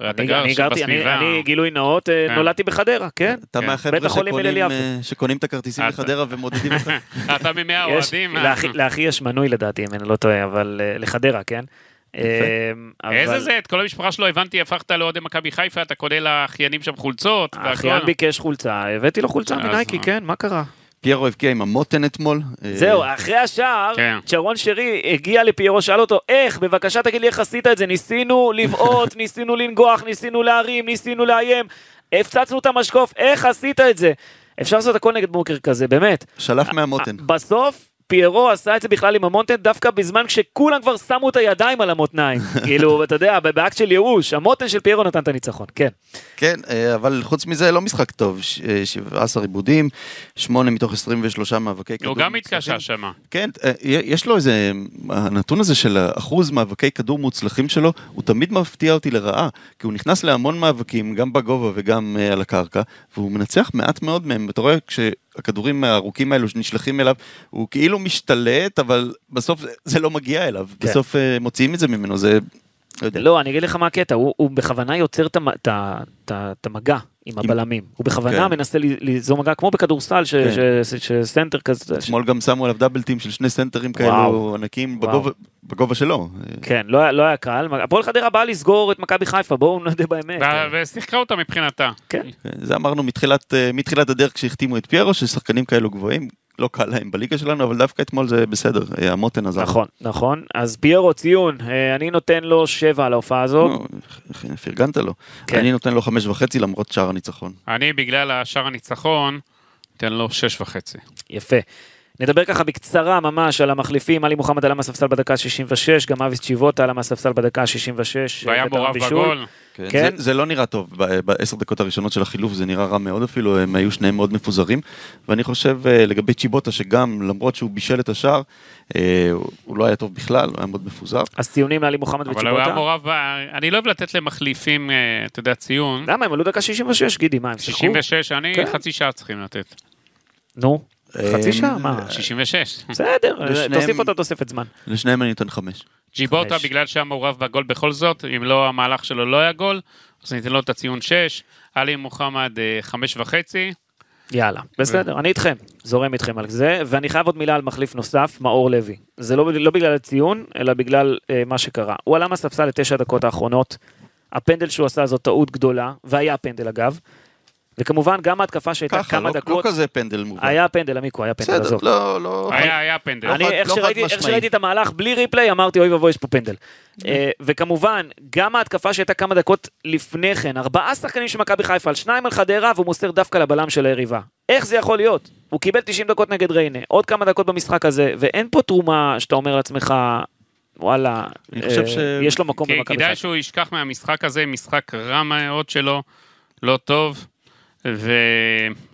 C: הרי אתה
A: אני-
C: גר
A: אני
C: שם
A: גרתי, אני-
C: בסביבה.
A: אני גילוי נאות, אה,
C: כן.
A: נולדתי בחדרה, כן.
B: אתה
C: כן.
A: בית
B: מהחבר'ה
A: החולים הלל
B: שקונים,
A: יפה.
B: אה, שקונים את הכרטיסים
C: אה,
B: לחדרה ומודדים לך.
C: אה,
A: [laughs]
C: אתה ממאה
A: יש-
C: האוהדים. אה.
A: לאחי- לאחי יש מנוי לדעתי, אם אני לא טועה, אבל אה, לחדרה, כן. אה, אבל-
C: איזה זה? את כל המשפחה שלו הבנתי, הפכת לאוהדי מכבי חיפה, אתה קונה לאחיינים שם חולצות.
A: האחיין
C: והכל.
A: ביקש חולצה, הבאתי לו חולצה
C: אז
A: מנייקי,
C: מה?
A: כן, מה קרה?
B: פיירו הבקיע עם המותן אתמול. אה,
A: זהו, אחרי השער,
C: כן.
A: צ'רון שרי הגיע לפיירו, שאל אותו, איך, בבקשה תגיד לי איך עשית את זה, ניסינו
C: [laughs]
A: לבעוט, ניסינו לנגוח, ניסינו להרים, ניסינו לאיים, הפצצנו את המשקוף, איך עשית את זה? אפשר לעשות הכל נגד בונקר כזה, באמת.
B: שלף מהמותן.
A: בסוף, פיירו עשה את זה בכלל עם המותן, דווקא בזמן כשכולם כבר שמו את הידיים על
B: [laughs]
A: המותניים. כאילו, אתה יודע, באקט של ייאוש, המותן של פיירו נתן את הניצחון, כן.
B: כן, אה, אבל חוץ מזה לא משחק טוב, ש- אה, 17 עיבודים, 8 מתוך 23 מאבקי כדור.
C: הוא גם
B: מוצלחים.
C: התקשה שם.
B: כן, אה, יש לו איזה, הנתון הזה של אחוז מאבקי כדור מוצלחים שלו, הוא תמיד מפתיע אותי לרעה, כי הוא נכנס להמון מאבקים, גם בגובה וגם אה, על הקרקע, והוא מנצח מעט מאוד מהם, ואתה רואה כשהכדורים הארוכים האלו שנשלחים אליו, הוא כאילו משתלט, אבל בסוף זה- זה לא מגיע אליו,
A: כן.
B: בסוף אה, מוציאים את זה ממנו, זה, לא יודע.
A: לא, אני אגיד לך מה הקטע, הוא, הוא בכוונה יוצר את המ- את ה- את ה- את המגע עם הבלמים. הוא בכוונה
B: כן.
A: מנסה ל- ליזום מגע כמו בכדורסל, ש-
B: כן.
A: ש- ש- שסנטר כזה. ש-
B: אתמול גם שמו עליו דאבלטים של שני סנטרים
A: וואו.
B: כאלו ענקים
A: וואו.
B: בגובה- בגובה שלו.
A: כן, לא היה- לא היה קל. הפועל חדרה באה לסגור את מכבי חיפה, בואו נודה באמת.
C: ו- ושיחקה אותה מבחינתה.
A: אה, כן.
B: זה אמרנו מתחילת, אה, מתחילת הדרך כשהחתימו את פיירו, ששחקנים כאלו גבוהים, לא קל להם בליגה שלנו, אבל דווקא אתמול זה בסדר, אה, המותן עזר.
A: נכון, נכון. אז פיירו ציון, אה, אני נותן לו שבע על ההופעה הזאת.
B: נו, ח- אה, פרגנת לו.
A: כן.
B: אני נותן לו חמש וחצי למרות שער הניצחון.
C: אני, בגלל שער הניצחון, אתן לו שש וחצי.
A: יפה. נדבר ככה בקצרה ממש על המחליפים, עלי מוחמד עלה מהספסל בדקה 66, גם אביס צ'יבוטה עלה מהספסל בדקה 66.
C: והיה
A: אה, וטרם
C: מעורב
A: בישול.
C: בגול.
A: כן.
B: זה, זה לא נראה טוב, ב- בעשר דקות הראשונות של החילוף זה נראה רע מאוד אפילו, הם היו שניהם מאוד מפוזרים. ואני חושב אה, לגבי צ'יבוטה, שגם למרות שהוא בישל את השער, אה, הוא- הוא לא היה טוב בכלל, הוא היה מאוד מפוזר.
A: אז ציונים לעלי מוחמד
C: אבל הוא היה
A: וצ'יבוטה.
C: מעורב, ב- אני לא אוהב לתת למחליפים, אה, אתה יודע, ציון.
A: למה הם עלו דקה 66 גידי מה הם לא, שיחקו?
C: 66, אני
A: כן.
C: חצי שעה צריכים לתת.
A: נו, חצי
B: אה,
A: שעה מה?
C: 66.
A: בסדר,
B: לשניהם-
A: תוסיף אותה תוספת זמן.
B: לשניהם אני נותן חמש.
C: ג'יבוטה,
A: חמש.
C: בגלל שהיה מעורב בגול בכל זאת, אם לא המהלך שלו לא היה גול, אז ניתן לו את הציון 6. עלי מוחמד אה, חמש וחצי.
A: יאללה, בסדר, אני איתכם, זורם איתכם על זה, ואני חייב עוד מילה על מחליף נוסף, מאור לוי. זה לא, לא בגלל הציון, אלא בגלל אה, מה שקרה. הוא עלה מהספסל לתשע הדקות האחרונות, הפנדל שהוא עשה זו טעות גדולה, והיה פנדל אגב, וכמובן גם ההתקפה שהייתה
B: ככה,
A: כמה
B: לא, לא
A: דקות,
B: כזה פנדל מובן.
A: היה פנדל, עמיקו, היה פנדל,
B: בסדר,
A: עזוב.
B: לא, לא...
C: היה, היה פנדל.
A: אוקיי. אני,
B: חד-
A: איך,
B: לא
A: שראיתי, איך
B: חד-משמעי.
A: שראיתי את המהלך בלי ריפליי, אמרתי, אוי ואבוי, יש פה פנדל.
C: Mm.
A: אה, וכמובן, גם ההתקפה שהייתה כמה דקות לפני כן, ארבעה שחקנים של מכבי חיפה, על שניים על חדרה, והוא מוסר דווקא לבלם של היריבה. איך זה יכול להיות? הוא קיבל 90 דקות נגד ריינה, עוד כמה דקות במשחק הזה, ואין פה תרומה שאתה אומר לעצמך, וואלה,
B: אני
A: אה,
B: חושב ש-
A: יש לו מקום
C: כי
A: במכבי
C: כדאי
A: חיפה.
C: שהוא ישכח מהמשחק הזה, משחק רע מאוד שלו, לא טוב.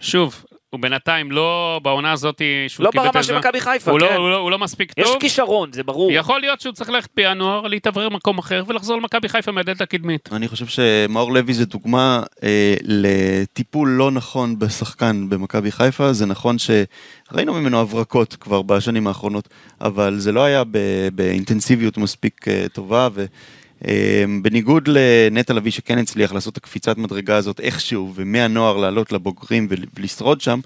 C: ושוב, הוא בינתיים לא בעונה הזאת שהוא
A: לא
C: קיבל את
A: ברמה
C: זה.
A: של מכבי חיפה,
C: הוא, לא,
A: כן.
C: הוא, לא, הוא לא מספיק
A: יש
C: טוב.
A: כישרון, זה ברור.
C: יכול להיות שהוא צריך ללכת בינואר, להתאוורר במקום אחר ולחזור למכבי חיפה מהדלת הקדמית.
B: אני חושב שמאור לוי זה דוגמה אה, לטיפול לא נכון בשחקן במכבי חיפה, זה נכון שראינו ממנו הברקות כבר בשנים האחרונות, אבל זה לא היה ב- באינטנסיביות מספיק אה, טובה, ובניגוד לנטע לביא שכן הצליח לעשות את הקפיצת מדרגה הזאת איכשהו, ומהנוער לעלות לבוגרים ול- ולשרוד שם,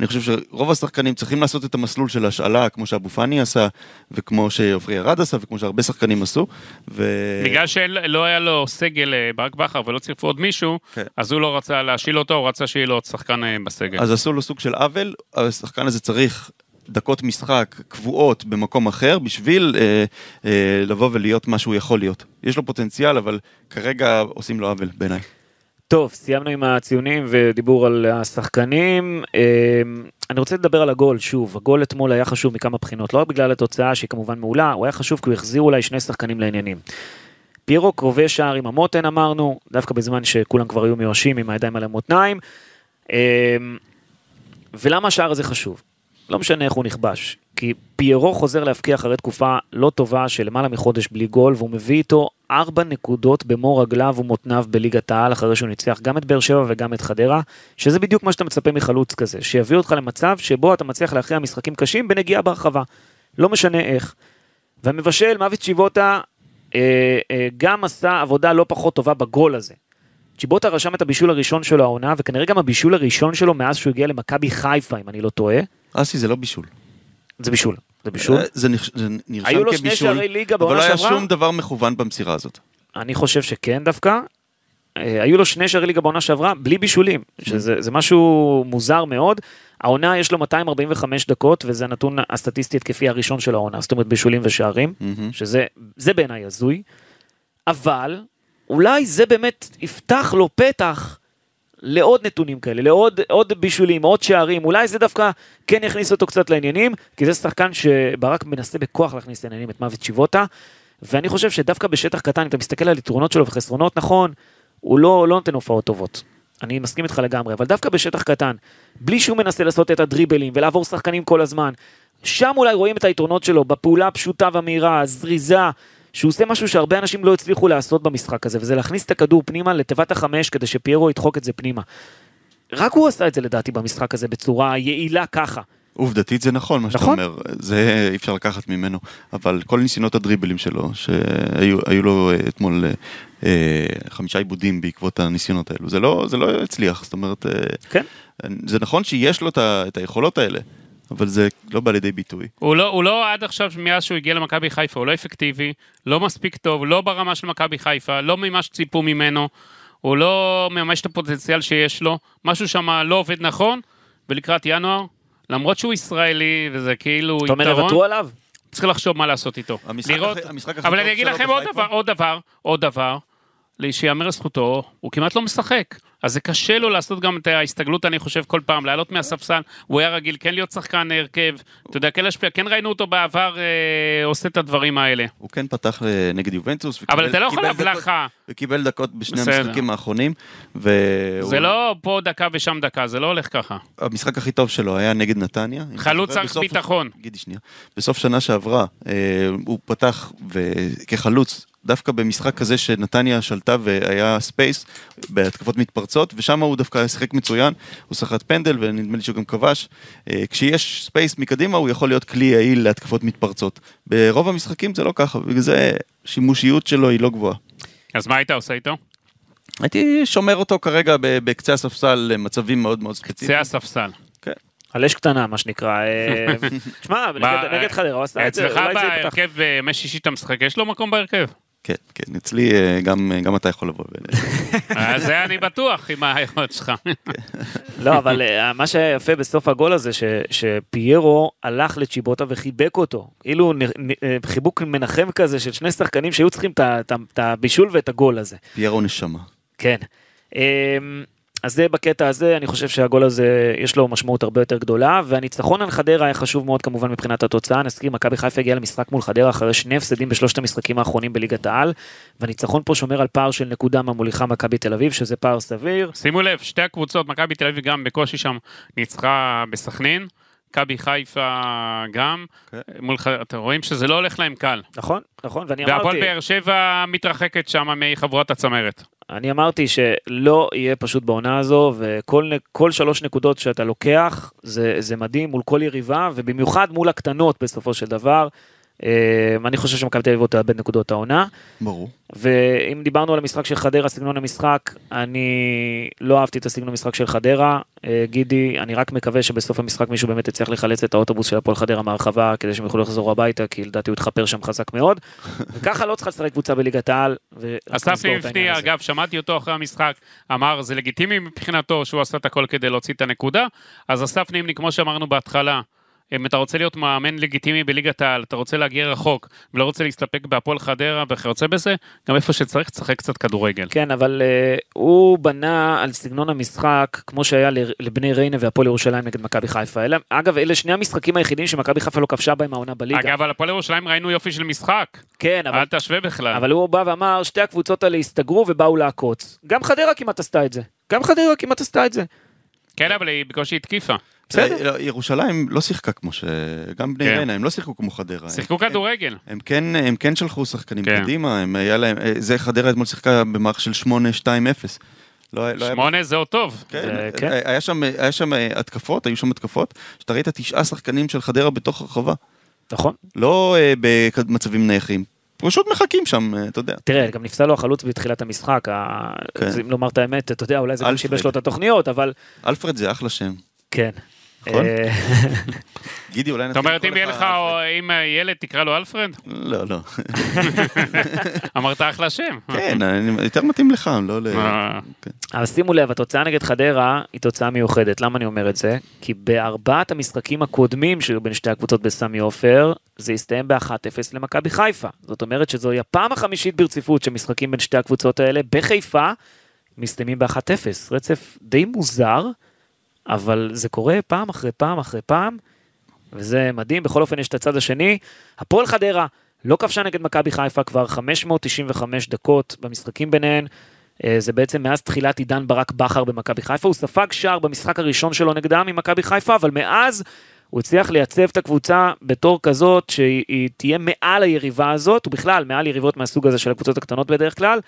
B: אני חושב שרוב השחקנים צריכים לעשות את המסלול של השאלה, כמו שאבו פאני עשה, וכמו שעופרי ארד עשה, וכמו שהרבה שחקנים עשו. ו...
C: בגלל שלא היה לו סגל אה, ברק בכר ולא צירפו עוד מישהו,
B: כן.
C: אז הוא לא רצה להשיל אותו, הוא רצה שיהיה לו עוד שחקן אה,
A: כן.
C: בסגל.
B: אז עשו לו סוג של עוול, השחקן הזה צריך דקות משחק קבועות במקום אחר בשביל אה, אה, לבוא ולהיות מה שהוא יכול להיות. יש לו פוטנציאל, אבל כרגע עושים לו עוול בעיניי.
A: טוב, סיימנו עם הציונים ודיבור על השחקנים. אמ, אני רוצה לדבר על הגול שוב. הגול אתמול היה חשוב מכמה בחינות, לא רק בגלל התוצאה שהיא כמובן מעולה, הוא היה חשוב כי הוא החזיר אולי שני שחקנים לעניינים. פירו קרובי שער עם המותן אמרנו, דווקא בזמן שכולם כבר היו מיואשים עם הידיים על המותניים. אמ, ולמה השער הזה חשוב? לא משנה איך הוא נכבש. כי פיירו חוזר להבקיע אחרי תקופה לא טובה של למעלה מחודש בלי גול, והוא מביא איתו ארבע נקודות במו רגליו ומותניו בליגת העל, אחרי שהוא ניצח גם את באר שבע וגם את חדרה, שזה בדיוק מה שאתה מצפה מחלוץ כזה, שיביא אותך למצב שבו אתה מצליח להכריע משחקים קשים בנגיעה ברחבה. לא משנה איך. והמבשל, מוות צ'יבוטה, אה, אה, גם עשה עבודה לא פחות טובה בגול הזה. צ'יבוטה רשם את הבישול הראשון שלו העונה, וכנראה גם הבישול הראשון שלו מאז שהוא הגיע למכבי חיפה, אם אני לא טועה.
B: אסי זה לא בישול.
A: זה בישול. זה בישול?
B: אה, זה נרש- זה נרשם כבישול.
A: היו לו שני שערי ליגה
B: אבל לא
A: בעונה
B: היה
A: שעברה?
B: שום דבר מכוון במסירה הזאת.
A: אני חושב שכן דווקא. אה, היו לו שני שערי ליגה בעונה שעברה, בלי בישולים, שזה זה משהו מוזר מאוד. העונה יש לו 245 דקות, וזה הנתון הסטטיסטי התקפי הראשון של העונה, זאת אומרת בישולים ושערים,
B: מהמם.
A: שזה זה בעיניי הזוי. אבל אולי זה באמת יפתח לו פתח לעוד נתונים כאלה, לעוד עוד בישולים, עוד שערים, אולי זה דווקא כן יכניס אותו קצת לעניינים, כי זה שחקן שברק מנסה בכוח להכניס לעניינים את מוות שיבוטה, ואני חושב שדווקא בשטח קטן, אם אתה מסתכל על יתרונות שלו וחסרונות, נכון, הוא לא, לא נותן הופעות טובות. אני מסכים איתך לגמרי, אבל דווקא בשטח קטן, בלי שהוא מנסה לעשות את הדריבלים ולעבור שחקנים כל הזמן, שם אולי רואים את היתרונות שלו, בפעולה הפשוטה והמהירה, הזריזה, שהוא עושה משהו שהרבה אנשים לא הצליחו לעשות במשחק הזה, וזה להכניס את הכדור פנימה לתיבת החמש כדי שפיירו ידחוק את זה פנימה. רק הוא עשה את זה לדעתי במשחק הזה בצורה יעילה ככה.
B: עובדתית זה נכון מה שאתה
A: נכון.
B: אומר, זה אי אפשר לקחת ממנו, אבל כל ניסיונות הדריבלים שלו, שהיו היו לו אה, אתמול אה, אה, חמישה עיבודים בעקבות הניסיונות האלו, זה לא, זה לא הצליח, זאת אומרת, אה,
A: כן.
B: זה נכון שיש לו את ה- את היכולות האלה, אבל זה לא בא לידי ביטוי.
C: הוא לא, הוא לא עד עכשיו, מאז שהוא הגיע למכבי חיפה, הוא לא אפקטיבי, לא מספיק טוב, לא ברמה של מכבי חיפה, לא ממה שציפו ממנו, הוא לא מממש את הפוטנציאל שיש לו, משהו שם לא עובד נכון, ולקראת ינואר, למרות שהוא ישראלי, וזה כאילו
A: אתה אומר,
C: יתרון,
A: יוותרו עליו?
C: צריך לחשוב מה לעשות איתו.
B: המשחק
C: לראות-
B: הכי- המשחק הכי
C: אבל
B: טוב
C: אני אגיד
B: שלו
C: לכם עוד
B: בחיפה?
C: דבר, עוד דבר, עוד דבר, לי- שיאמר לזכותו, הוא כמעט לא משחק. אז זה קשה לו לעשות גם את ההסתגלות, אני חושב, כל פעם, לעלות מהספסל, הוא היה רגיל כן להיות שחקן הרכב, אתה יודע, כן להשפיע, כן ראינו אותו בעבר אה, עושה את הדברים האלה.
B: הוא כן פתח אה, נגד יובנטוס,
C: אבל
B: וקיבל-
C: אתה לא יכול
B: קיבל
C: להבלחה,
B: דקות- הוא קיבל דקות בשני
C: בסדר.
B: המשחקים האחרונים,
C: זה
B: והוא-
C: לא פה דקה ושם דקה, זה לא הולך ככה.
B: המשחק הכי טוב שלו היה נגד נתניה. אם אתה
C: חלוץ
B: זוכר,
C: צריך
B: בסוף-
C: ביטחון.
B: גידי שנייה. בסוף שנה שעברה, אה, הוא פתח ו- כחלוץ, דווקא במשחק כזה שנתניה שלטה והיה ספייס, בהתקפות מתפרצות, ושם הוא דווקא שיחק מצוין, הוא סחט פנדל ונדמה לי שהוא גם כבש. אה, כשיש ספייס מקדימה הוא יכול להיות כלי יעיל להתקפות מתפרצות. ברוב המשחקים זה לא ככה, בגלל זה שימושיות שלו היא לא גבוהה.
C: אז מה היית עושה איתו?
B: הייתי שומר אותו כרגע ב- בקצה הספסל למצבים מאוד מאוד ספציפיים.
C: זה הספסל.
B: כן.
A: על אש קטנה, מה שנקרא. אה,
C: [laughs]
A: תשמע, נגד- נגד חדרה הוא עשה את זה,
C: אה, אצלך כן.
A: אולי זה יפתח.
C: בהרכב בימי שישי אתה משחק, יש לו מקום בהרכב. [laughs]
B: כן, כן, אצלי אה, גם, גם אתה יכול לבוא. ו-
C: [laughs] אז זה אני בטוח עם היכולת שלך.
A: לא, אבל אה, מה שהיה יפה בסוף הגול הזה, ש, שפיירו הלך לצ'יבוטה וחיבק אותו. כאילו נ, נ, אה, חיבוק מנחם כזה של שני שחקנים שהיו צריכים את ה- את ה- את הבישול ואת הגול הזה.
B: פיירו נשמה.
A: כן. אמ, אז זה בקטע הזה, אני חושב שהגול הזה, יש לו משמעות הרבה יותר גדולה, והניצחון על חדרה היה חשוב מאוד כמובן מבחינת התוצאה. נזכיר, מכבי חיפה הגיעה למשחק מול חדרה אחרי שני הפסדים בשלושת המשחקים האחרונים בליגת העל, והניצחון פה שומר על פער של נקודה מהמוליכה מכבי תל אביב, שזה פער סביר.
C: שימו לב, שתי הקבוצות, מכבי תל אביב גם בקושי שם ניצחה בסכנין, מכבי חיפה גם,
B: כן.
C: מול ח... אתם רואים שזה לא הולך להם קל.
A: נכון, נכון, ואני אמרתי...
C: והפועל באר שבע מתרחקת שם מחבורת הצמרת.
A: אני אמרתי שלא יהיה פשוט בעונה הזו, וכל נ- כל שלוש נקודות שאתה לוקח, זה, זה מדהים מול כל יריבה, ובמיוחד מול הקטנות בסופו של דבר. אה, אני חושב שמכבי תל אביב לא תאבד נקודות העונה.
B: ברור.
A: ואם דיברנו על המשחק של חדרה, סגנון המשחק, אני לא אהבתי את הסגנון המשחק של חדרה. אה, גידי, אני רק מקווה שבסוף המשחק מישהו באמת יצליח לחלץ את האוטובוס של הפועל חדרה מהרחבה, כדי שהם יוכלו לחזור הביתה, כי לדעתי הוא התחפר שם חזק מאוד. וככה לא צריכה לשחק קבוצה בליגת העל. ורק
C: אסף
A: נסגור את העניין
C: מבני,
A: הזה.
C: אגב, שמעתי אותו אחרי המשחק, אמר זה לגיטימי מבחינתו שהוא עשה את הכל כדי להוציא את הנקודה. אז אסף נימני, כמו שאמרנו בהתחלה, אם אתה רוצה להיות מאמן לגיטימי בליגת העל, אתה רוצה להגיע רחוק, ולא רוצה להסתפק בהפועל חדרה וכיוצא בזה, גם איפה שצריך, תשחק קצת כדורגל.
A: כן, אבל uh, הוא בנה על סגנון המשחק כמו שהיה ל- לבני ריינה והפועל ירושלים נגד מכבי חיפה. אלה, אגב, אלה שני המשחקים היחידים שמכבי חיפה לא כבשה בהם העונה בליגה.
C: אגב, על הפועל ירושלים ראינו יופי של משחק.
A: כן, אבל,
C: אל תשווה בכלל.
A: אבל הוא בא ואמר, שתי הקבוצות האלה הסתגרו ובאו לעקוץ. גם חדרה כמעט עשתה את זה. גם חדרה כמעט עשתה את זה.
C: כן, אבל היא בקושי התקיפה.
A: בסדר.
B: לא, ירושלים לא שיחקה כמו ש... גם בני
C: כן.
B: ריינה, הם לא שיחקו כמו חדרה.
C: שיחקו
B: הם-
C: כדורגל.
B: הם כן, הם כן שלחו שחקנים
C: כן.
B: קדימה, הם היה להם, אה, זה חדרה אתמול שיחקה במערך של 8-2-0. לא, היה- לא היה...
C: שמונה אה, זה עוד טוב.
B: כן,
A: זה- כן.
B: היה שם, היה שם אה, התקפות, היו שם התקפות, שאתה ראית תשעה שחקנים של חדרה בתוך הרחבה,
A: נכון.
B: לא אה, במצבים נייחים, פשוט מחכים שם, אה, אתה יודע.
A: תראה, גם נפסל לו החלוץ בתחילת המשחק, ה-
B: כן.
A: אז אם לומר את האמת, אתה יודע, אולי זה גם
B: אלפרד.
A: שיבש לו את התוכניות, אבל
B: אלפרד זה אחלה שם.
A: כן.
B: נכון.
A: אה,
B: גידי, אולי
C: זאת
B: נתחיל...
C: אומרת,
B: לקרוא
C: אם יהיה לך, או- אם ילד תקרא לו אלפרד, [laughs]
B: לא, לא.
C: אמרת אחלה שם.
B: כן, אני- יותר מתאים לך, לא ל...
C: אה,
A: אבל שימו לב, התוצאה נגד חדרה היא תוצאה מיוחדת. למה אני אומר את זה? כי בארבעת המשחקים הקודמים שהיו בין שתי הקבוצות בסמי עופר, זה הסתיים ב-1-0 למכבי חיפה. זאת אומרת שזוהי הפעם החמישית ברציפות שמשחקים בין שתי הקבוצות האלה בחיפה, מסתיימים ב-1-0. רצף די מוזר, אבל זה קורה פעם אחרי פעם אחרי פעם, וזה מדהים. בכל אופן, יש את הצד השני. הפועל חדרה לא כבשה נגד מכבי חיפה כבר 595 דקות במשחקים ביניהן. אה, זה בעצם מאז תחילת עידן ברק בכר במכבי חיפה. הוא ספג שער במשחק הראשון שלו נגדם עם מכבי חיפה, אבל מאז הוא הצליח לייצב את הקבוצה בתור כזאת שהיא היא תהיה מעל היריבה הזאת, ובכלל מעל יריבות מהסוג הזה של הקבוצות הקטנות בדרך כלל.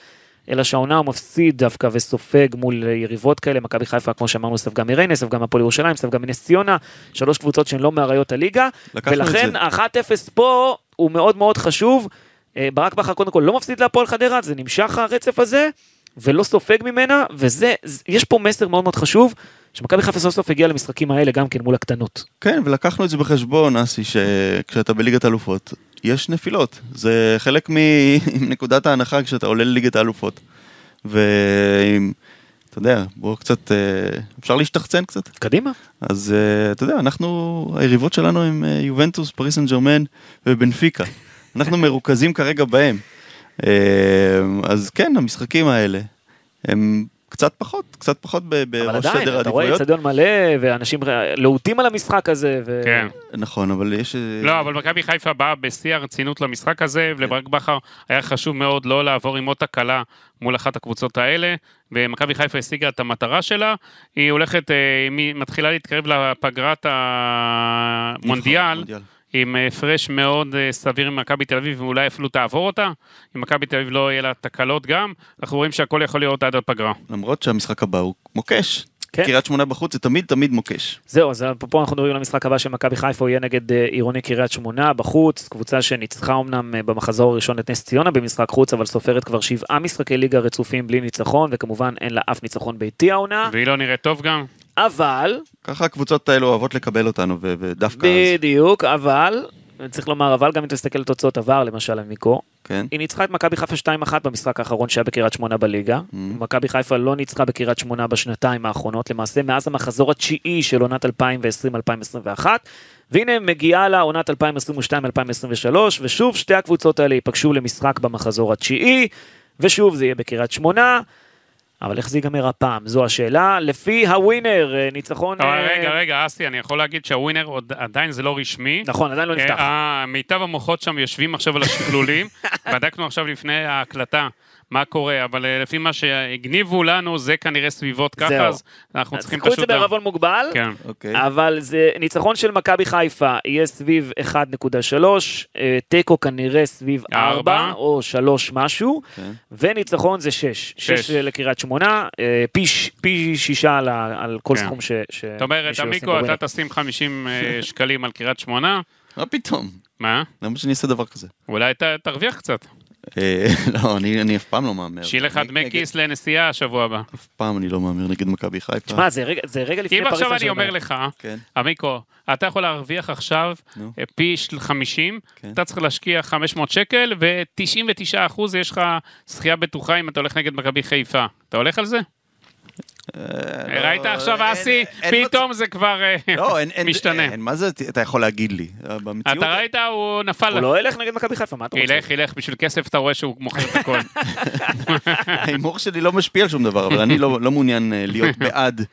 A: אלא שהעונה הוא מפסיד דווקא וסופג מול יריבות כאלה, מכבי חיפה, כמו שאמרנו, ספגה מריינה, ספגה מהפועל ירושלים, ספגה מנס ציונה, שלוש קבוצות שהן לא מאריות הליגה,
B: לקחנו את
A: ולכן
B: זה.
A: ה-1-0 פה הוא מאוד מאוד חשוב. אה, ברק בכר קודם כל לא מפסיד להפועל חדרה, זה נמשך הרצף הזה, ולא סופג ממנה, וזה, ז- יש פה מסר מאוד מאוד חשוב, שמכבי חיפה סוף סוף הגיעה למשחקים האלה גם כן מול הקטנות.
B: כן, ולקחנו את זה בחשבון, אסי, שכשאתה בליגת אלופות, יש נפילות. זה חלק מנקודת ההנחה כשאתה עולה לליגת האלופות. ואם, אתה יודע, בואו קצת, אה, אפשר להשתחצן קצת.
A: קדימה.
B: אז אה, אתה יודע, אנחנו, היריבות שלנו הם אה, יובנטוס, פריס סן ג'רמן ובנפיקה. אנחנו מרוכזים כרגע בהם. אה, אז כן, המשחקים האלה הם קצת פחות, קצת פחות ב-
A: אבל
B: בראש
A: עדיין,
B: סדר
A: אתה רואה
B: העדיפויות.
A: אצטדיון מלא, ואנשים ר- להוטים על המשחק הזה, ו...
C: כן.
B: נכון, אבל יש... אה, כן.
C: לא, אבל מכבי חיפה באה בשיא הרצינות למשחק הזה, ולברק בכר היה חשוב מאוד לא לעבור עם עוד תקלה מול אחת הקבוצות האלה, ומכבי חיפה השיגה את המטרה שלה, היא הולכת, אה, היא מתחילה להתקרב לפגרת המונדיאל,
B: נכון, מונדיאל.
C: עם אה, הפרש מאוד אה, סביר עם מכבי תל אביב, ואולי אפילו תעבור אותה, אם מכבי תל אביב לא יהיה לה תקלות גם, אנחנו רואים שהכל יכול להיות עד הפגרה.
B: למרות שהמשחק הבא הוא מוקש.
A: כן.
B: קריית שמונה בחוץ זה תמיד תמיד מוקש.
A: זהו, אז פה אנחנו מדברים על המשחק הבא של מכבי חיפה, הוא יהיה נגד אה, עירוני קריית שמונה בחוץ, קבוצה שניצחה אמנם אה, במחזור הראשון את נס ציונה במשחק חוץ, אבל סופרת כבר שבעה משחקי ליגה רצופים בלי ניצחון, וכמובן אין לה אף ניצחון ביתי העונה,
C: והיא לא נראית טוב גם.
A: אבל,
B: ככה הקבוצות האלו אוהבות לקבל אותנו, ו- ודווקא אז,
A: בדיוק, אבל, צריך לומר אבל, גם אם תסתכל על תוצאות עבר, למשל עמיקו,
B: כן.
A: היא ניצחה את מכבי חיפה 2-1 במשחק האחרון שהיה בקריית שמונה בליגה. מכבי חיפה לא ניצחה בקריית שמונה בשנתיים האחרונות, למעשה מאז המחזור התשיעי של עונת 2020-2021. והנה מגיעה לה עונת 2022-2023, ושוב שתי הקבוצות האלה ייפגשו למשחק במחזור התשיעי, ושוב זה יהיה בקריית שמונה. אבל איך זה ייגמר הפעם? זו השאלה. לפי הווינר, אה, ניצחון...
C: אבל
A: אה,
C: רגע, רגע, אסי, אני יכול להגיד שהווינר עוד- עדיין זה לא רשמי.
A: נכון, עדיין לא נפתח.
C: אה, מיטב המוחות שם יושבים עכשיו על
A: [laughs]
C: השכלולים, בדקנו עכשיו לפני ההקלטה מה קורה, אבל אה, לפי מה שהגניבו לנו, זה כנראה סביבות
A: זהו.
C: ככה, אז אנחנו
A: אז
C: צריכים
A: קחו את זה
C: פשוט... לה-
A: בערבון מוגבל.
C: כן.
B: אוקיי.
A: אבל זה ניצחון של מכבי חיפה יהיה סביב 1.3, אה, תיקו כנראה סביב 4,
C: ארבע.
A: או 3 משהו,
B: כן.
A: וניצחון זה 6. 6
C: שש.
A: לקריית שמונה, אה, פי ש- פי 6 על ה- על כל
C: כן.
A: סכום ש... ש-
C: זאת אומרת,
A: מישהו ישים
C: עמיקו,
A: בווינר.
C: אתה תשים 50 אה, שקלים על קריית שמונה,
B: מה פתאום?
C: מה?
B: למה שאני אעשה דבר כזה?
C: אולי ת- תרוויח קצת.
B: אה, [laughs] לא, אני אני אף פעם לא מהמר.
C: שיהיה לך
B: אני
C: דמי
B: נגד-
C: כיס לנסיעה השבוע הבא.
B: אף פעם אני לא מהמר נגד מכבי חיפה.
A: תשמע, זה רגע- זה רגע לפני
C: אם
A: פריס
C: עכשיו אני
A: סן
C: אומר
A: ז'רמן.
C: לך,
B: כן.
C: עמיקו, אתה יכול להרוויח עכשיו
B: נו.
C: אה, פי של 50,
B: כן.
C: אתה צריך להשקיע 500 שקל, ו-99% יש לך זכייה בטוחה אם אתה הולך נגד מכבי חיפה. אתה הולך על זה?
B: אה,
C: ראית
B: לא,
C: עכשיו,
B: אין-
C: אסי?
B: אין
C: פתאום זה כבר אה,
B: מצב- לא, אין- אין-
C: משתנה.
B: אין, מה זה, אתה יכול להגיד לי. אה, במציאות...
C: אתה ראית, הוא נפל.
A: הוא לא ילך נגד מכבי חיפה, מה אתה רוצה?
C: ילך, ילך, בשביל כסף אתה רואה שהוא מוכר
B: [laughs]
C: את הכל.
B: ההימור שלי לא משפיע על שום דבר, אבל אני לא לא מעוניין אה,
C: [laughs]
B: להיות בעד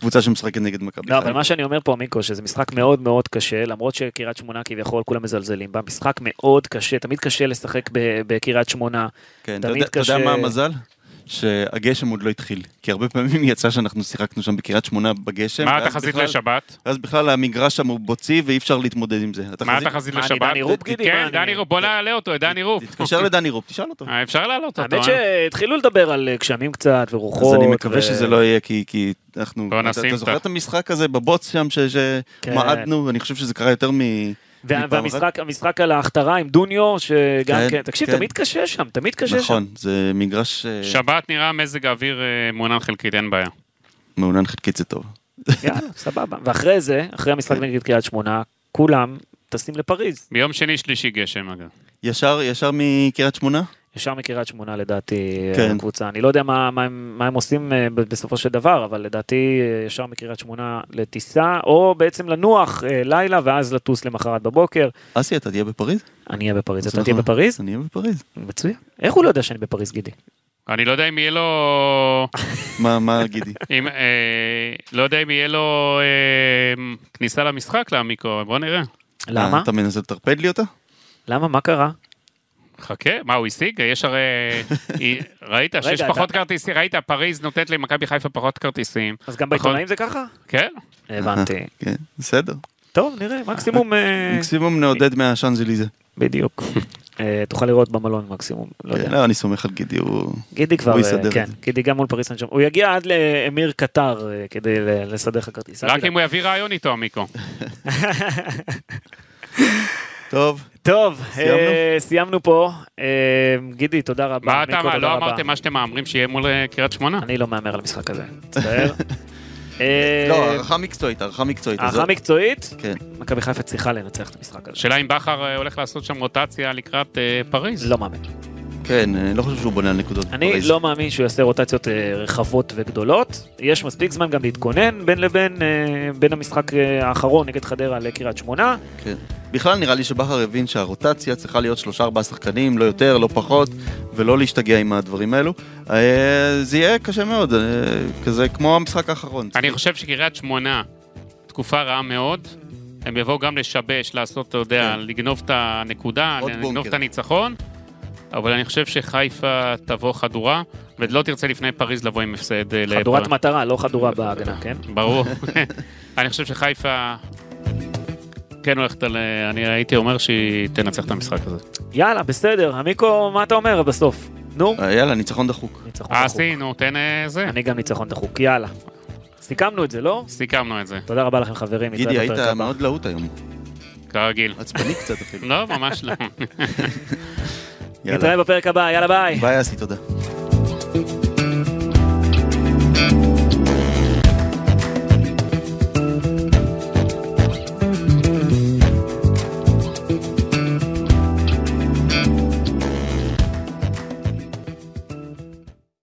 B: קבוצה שמשחקת נגד מכבי
A: לא,
B: חיפה.
A: אבל מה שאני אומר פה, מיקו, שזה משחק מאוד מאוד קשה, למרות שקריית שמונה כביכול כולם מזלזלים בה, משחק מאוד קשה, תמיד קשה לשחק ב- בקריית שמונה.
B: כן, אתה
A: תמיד
B: יודע- אתה יודע
A: קשה-
B: מה המזל? שהגשם עוד לא התחיל. כי הרבה פעמים יצא שאנחנו שיחקנו שם בקריית שמונה בגשם.
C: מה
B: ואז
C: התחזית
B: בכלל-
C: לשבת?
B: ואז בכלל המגרש שם הוא בוצי ואי אפשר להתמודד עם זה.
C: מה התחזית
A: מה, אני
C: לשבת?
A: דני רופ, גידי? מה,
C: כן,
A: אני-
C: דני רופ, בוא נעלה אותו, את דני רופ.
B: תתקשר לדני רופ, תשאל אותו.
C: אה, אפשר להעלות אותו.
A: האמת
C: אה?
A: שהתחילו לדבר על אה, גשמים קצת ורוחות.
B: אז אני מקווה
A: נכון, ו-
B: שזה לא יהיה, כי כי אנחנו...
C: בוא
B: אתה-
C: נשים
B: אתה זוכר
C: את ה-
B: את המשחק הזה בבוץ שם ש-
A: כן.
B: שמעדנו, ואני חושב שזה קרה יותר מ...
A: וה-
B: מפעם
A: והמשחק המשחק על ההכתרה עם דוניו, שגם
B: כן,
A: כן, תקשיב,
B: כן.
A: תמיד קשה שם, תמיד קשה שם.
B: נכון, זה מגרש אה,
C: שבת נראה מזג האוויר אה, מעונן חלקית, אין בעיה.
B: מעונן חלקית זה טוב.
A: יאללה, [laughs] סבבה. ואחרי זה, אחרי
B: כן.
A: המשחק נגד קריית שמונה, כולם טסים לפריז.
C: ביום שני שלישי גשם, אגב.
B: ישר ישר מקריית שמונה?
A: ישר מקריית שמונה לדעתי
B: כן.
A: כן. קבוצה. אני לא יודע מה, מה, הם, מה הם עושים אה, ב- בסופו של דבר, אבל לדעתי אה, ישר מקריית שמונה לטיסה, או בעצם לנוח אה, לילה ואז לטוס למחרת בבוקר.
B: אסי, אתה תהיה בפריז?
A: אני אהיה בפריז.
B: אז
A: אתה תהיה
B: אנחנו- אה,
A: בפריז?
B: אני אהיה בפריז.
A: מצוין. איך הוא לא יודע שאני בפריז, גידי?
C: אני לא יודע אם יהיה
A: [laughs]
C: לו...
B: מה- מה גידי?
C: אם, אה, לא יודע אם יהיה לו אה, כניסה למשחק לעמיקו, בוא נראה.
A: למה?
B: אה, אתה מנסה לטרפד לי אותה?
A: למה? מה קרה?
C: חכה, מה הוא השיג?
A: [laughs]
C: יש הרי... היא- ראית
A: רגע,
C: שיש
A: אתה-
C: פחות כרטיסים, ראית, פריז נותנת למכבי חיפה פחות כרטיסים.
A: אז גם
C: נכון.
A: בעיתונאים זה ככה?
C: כן?
A: הבנתי.
B: [laughs] כן, בסדר.
A: [laughs] טוב, נראה, מקסימום... אה,
B: מקסימום נעודד מהשאנזליזה. [laughs]
A: בדיוק. אה, תוכל לראות במלון מקסימום, לא יודע.
B: כן, לא, אני סומך על גידי, הוא...
A: גידי כבר,
B: הוא
A: אה,
B: יסדר את
A: כן,
B: זה.
A: גידי גם מול פריס סן ג'רמן. הוא יגיע עד לאמיר קטר אה, כדי ל- לסדר לך כרטיס. אל
C: רק
A: תדאג.
C: אם הוא יביא רעיון איתו, עמיקו.
B: טוב,
A: טוב,
B: סיימנו?
A: אה, סיימנו פה. אה, גידי, תודה רבה.
C: מה
A: מיקו,
C: אתה, מה,
A: תודה
C: לא
A: רבה.
C: אמרתם מה שאתם מהמרים שיהיה מול אה, קריית שמונה?
A: אני לא מהמר על המשחק
B: [laughs]
A: הזה, מצטער. אה,
B: לא, הערכה מקצועית, הערכה מקצועית.
A: הערכה
B: עזוב.
A: מקצועית,
B: כן.
A: מכבי חיפה צריכה לנצח את המשחק הזה.
C: שאלה אם בכר אה, הולך לעשות שם רוטציה לקראת אה, פריז.
A: לא מאמין.
B: כן, אני לא חושב שהוא בונה על נקודות
A: אני
B: בפריז.
A: לא מאמין שהוא יעשה רוטציות אה, רחבות וגדולות. יש מספיק זמן גם להתכונן בין לבין, אה, בין המשחק אה, האחרון נגד חדרה לקריית שמונה.
B: כן. בכלל נראה לי שבכר הבין שהרוטציה צריכה להיות שלושה ארבעה שחקנים, לא יותר, לא פחות, ולא להשתגע עם הדברים האלו. אה, זה יהיה קשה מאוד, אה, כזה כמו המשחק האחרון.
C: אני חושב שקריית שמונה, תקופה רעה מאוד. הם יבואו גם לשבש, לעשות, אתה יודע,
B: כן.
C: לגנוב את הנקודה,
B: עוד
C: לגנוב
B: בונקר.
C: את הניצחון. אבל אני חושב שחיפה תבוא חדורה, ולא תרצה לפני פריז לבוא עם הפסד אה, לפריז.
A: חדורת מטרה, לא חדורה בהגנה, כן?
C: ברור.
B: [laughs]
C: [laughs] אני חושב שחיפה כן הולכת על... אני הייתי אומר שהיא תנצח את המשחק הזה.
A: יאללה, בסדר. עמיקו, מה אתה אומר בסוף? נו,
B: אה, יאללה, ניצחון דחוק.
A: ניצחון דחוק.
C: אסי, נו, תן אה, זה.
A: אני גם ניצחון דחוק, יאללה. סיכמנו את זה, לא?
C: סיכמנו את זה,
A: תודה רבה לכם חברים.
B: גידי,
A: נתראה
B: היית
A: בפרק הבא.
B: מאוד להוט היום.
C: כרגיל.
B: עצבני
A: [laughs]
B: קצת אפילו. [laughs]
C: לא, ממש לא.
B: יאללה.
A: נתראה בפרק הבא, יאללה ביי.
B: ביי, אסי, תודה.